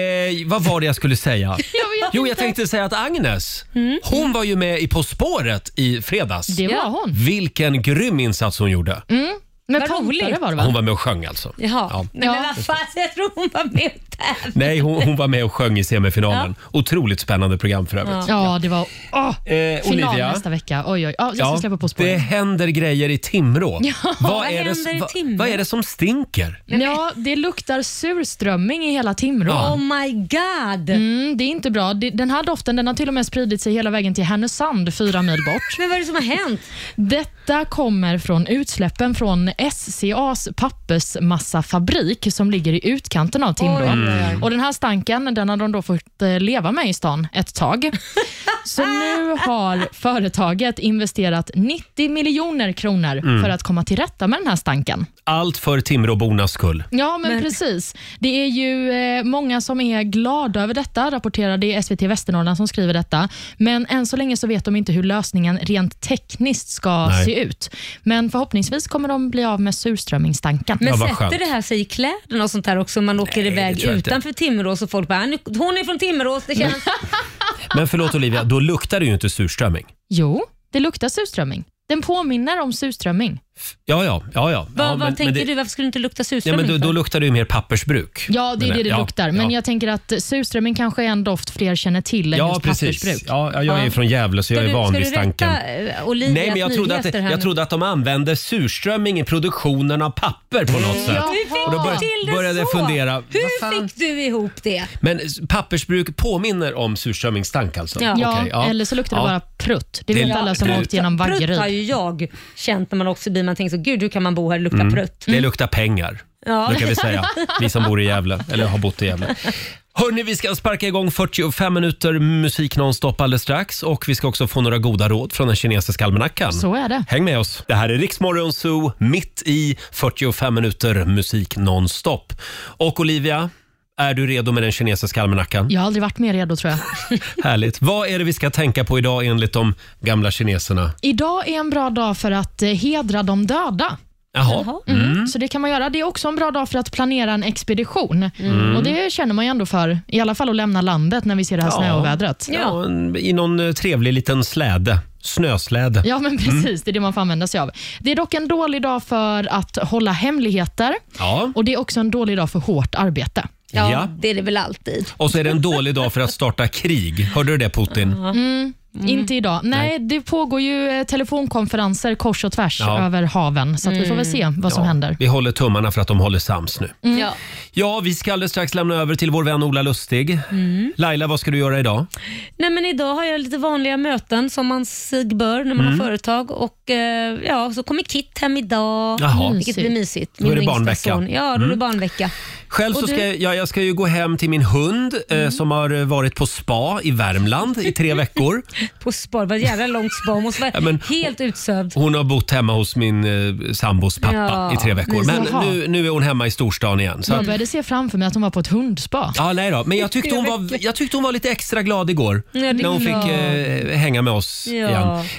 vad var det jag skulle säga?
vet
Jo, jag
inte.
tänkte säga att Agnes,
Mm.
hon var ju med i På spåret i fredags.
Det var hon.
Vilken grym insats hon gjorde.
Mm. Men polare var det va?
Hon var med och sjöng alltså.
Jaha.
Ja.
Nej, men vad fan, jag tror hon var med
Nej, hon, hon var med och sjöng i semifinalen. Otroligt spännande program för övrigt.
Ja, det var... Åh, final
Eh, Olivia.
nästa vecka. Oj, oj. Ja, jag ska
Ja,
släppa på spåret.
det händer grejer i Timrå.
Ja, vad
är det,
händer i
vad-
Timrå?
Vad är det som stinker?
Ja, det luktar surströmming i hela Timrå.
Ja. Oh
my god! Mm, det är inte bra. Det- Den här doften den har till och med spridit sig hela vägen till Härnösand, fyra mil bort. Men vad är det som har hänt? Detta kommer från utsläppen från SCAs pappersmassafabrik som ligger i utkanten av Timrå.
Oj, oj, oj.
Och Den här stanken den har de då fått eh, leva med i stan ett tag. Så nu har företaget investerat 90 miljoner kronor
Mm.
för att komma till rätta med den här stanken.
Allt för Timråbornas skull.
Ja, men, precis. Det är ju eh, många som är glada över detta, rapporterar det är SVT Västernorrland som skriver detta. Men än så länge så vet de inte hur lösningen rent tekniskt ska
Nej.
se ut. Men förhoppningsvis kommer de bli av med surströmmingstanken.
Men sätter det här sig i kläderna och sånt där också? Man åker iväg
tror jag inte.
utanför Timrås och folk bara, "Ah, "Nu- hon är från Timrås, det känns...
Men förlåt Olivia, då luktar det ju inte surströmming.
Jo, det luktar surströmming. Den påminner om surströmming.
Ja, ja. ja, ja.
Vad-
ja
vad tänkte
det,
du? Varför skulle du inte lukta
Ja,
surströmming
men då,
för?
då luktar det ju mer pappersbruk.
Ja, det är
Men,
det det
ja,
luktar. Men
ja.
jag tänker att surströmming kanske är en doft fler känner till än
Ja,
just
precis.
pappersbruk.
Ja, ja, jag är ju från Gävle så jag är van vid stanken.
Olivias
Nej, men jag trodde, att,
eh, nyheter här
jag
nu?
trodde att de använde surströmming i produktionen av papper på något sätt.
Du fick
Och då började,
till det
började jag
så.
fundera.
Hur fick du ihop det?
Men s- pappersbruk påminner om surströmmingstank alltså?
Ja. Ja,
Okej,
eller så luktar det bara prutt. Det vet alla som
det-
har åkt genom
Prutt
Vaggeryd.
har ju jag känt när man också blir, man tänker så, gud hur kan man bo här och lukta
Mm.
prutt?
Det luktar pengar,
Ja.
brukar vi säga. Vi som bor i Gävle, eller har bott i Gävle. Hörni, vi ska sparka igång 45 minuter musik nonstop alldeles strax och vi ska också få några goda råd från den kinesiska almanackan.
Så är det.
Häng med oss. Det här är Riksmorgon Zoo, mitt i 45 minuter musik nonstop. Och Olivia, är du redo med den kinesiska almanackan?
Jag har aldrig varit mer redo tror jag.
Härligt. Vad är det vi ska tänka på idag enligt de gamla kineserna?
Idag är en bra dag för att eh, hedra de döda.
Jaha.
Mm.
Mm.
Så det kan man göra. Det är också en bra dag för att planera en expedition.
Mm.
Och Det känner man ju ändå för, i alla fall att lämna landet när vi ser det här snöovädret.
Ja, en- i någon eh, trevlig liten släde. Snösläde.
Ja, men precis. Det är det man får använda sig av. Det är dock en dålig dag för att hålla hemligheter.
Ja.
Och Det är också en dålig dag för hårt arbete.
Ja, Ja.
det är det väl alltid.
Och så är det en dålig dag för att starta krig. Hörde du det Putin?
Mm. Inte idag. Nej, det pågår ju eh, telefonkonferenser kors och tvärs
Ja.
över haven, så att vi får väl se vad som
Ja.
händer.
Vi håller tummarna för att de håller sams nu.
Mm.
Ja, vi ska alldeles strax lämna över till vår vän Ola Lustig.
Mm.
Laila, vad ska du göra idag?
Nej, men idag har jag lite vanliga möten som man sig bör när man
Mm.
har företag. Och, eh, ja, så kommer Kit hem idag,
Jaha.
vilket blir mysigt.
Då är det
yngsta
barnvecka.
son. Ja, då är det
Mm.
barnvecka.
Själv
Och
så ska
du?
jag, ja, jag ska ju gå hem till min hund eh, som har eh, varit på spa i Värmland i tre veckor.
På spa, det var ett jävla långt spa. Hon måste vara
Ja, men- Oh,
helt utsövd.
Hon har bott hemma hos min eh, sambos pappa
Ja,
i tre veckor.
mysigt.
Men
Jaha.
nu, nu är hon hemma i storstan igen. Så
Jag
att,
började se framför mig att hon var på ett hundspa.
ja, nej då. Men jag tyckte, hon var, jag tyckte hon var lite extra glad igår
Ja, det är
när hon
klart.
fick eh, hänga med oss
Ja.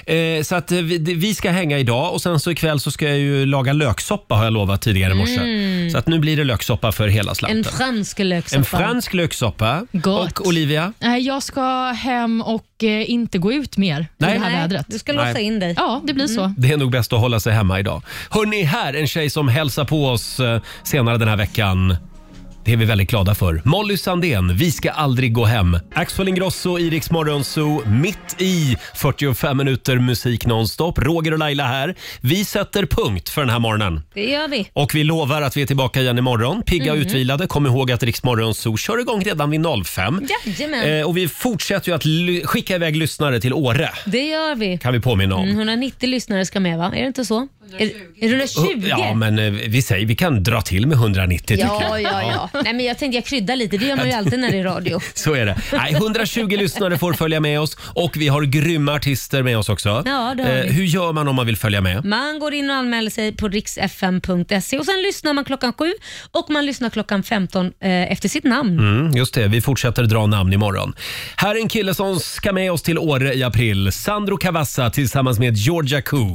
igen. Eh, så att, eh, vi, det- vi ska hänga idag och sen så ikväll så ska jag ju laga löksoppa har jag lovat tidigare i morse.
Mm.
Så att nu blir det löksoppa för hela slanten.
En fransk löksoppa.
En fransk löksoppa.
Gott.
Och Olivia?
Nej, Eh, jag ska hem och eh, inte gå ut mer
Nej.
i det här
Nej,
vädret.
du ska låsa Nej. in
dig.
Ja, det blir så.
Det är nog bäst att hålla sig hemma idag. Hörni, här en tjej som hälsar på oss eh, senare den här veckan. Det är vi väldigt glada för. Molly Sandén, Vi ska aldrig gå hem. Axel Ingrosso, i Rix Morgon Zoo, mitt i 45 minuter musik nonstop. Roger och Laila här. Vi sätter punkt för den här morgonen.
Det gör vi.
Och vi lovar att vi är tillbaka igen imorgon. Pigga och
Mhm.
utvilade. Kom ihåg att Riksmorgon Zoo kör igång redan vid 05.
Jajamän.
Eh, och vi fortsätter ju att ly- skicka iväg lyssnare till Åre.
Det gör vi.
Kan vi påminna om.
Mm, 190 lyssnare ska med va? Är det inte så? 120. Är, är det 120?
Ja, men eh, vi säger vi kan dra till med 190 tycker
ja,
jag.
ja, ja. Nej, men jag tänkte jag kryddar lite. Det gör man ju alltid när det är radio.
Så är det. Nej, 120 lyssnare får följa med oss och vi har grymma artister med oss också. Eh,
Ja, det har vi.
hur gör man om man vill följa med?
Man går in och anmäler sig på riksfm.se E. och sen lyssnar man klockan sju och man lyssnar klockan 15 eh, efter sitt namn.
Mm, just det, vi fortsätter dra namn imorgon. Här är en kille som ska med oss till Åre i april. Sandro Cavazza tillsammans med Georgia Koo.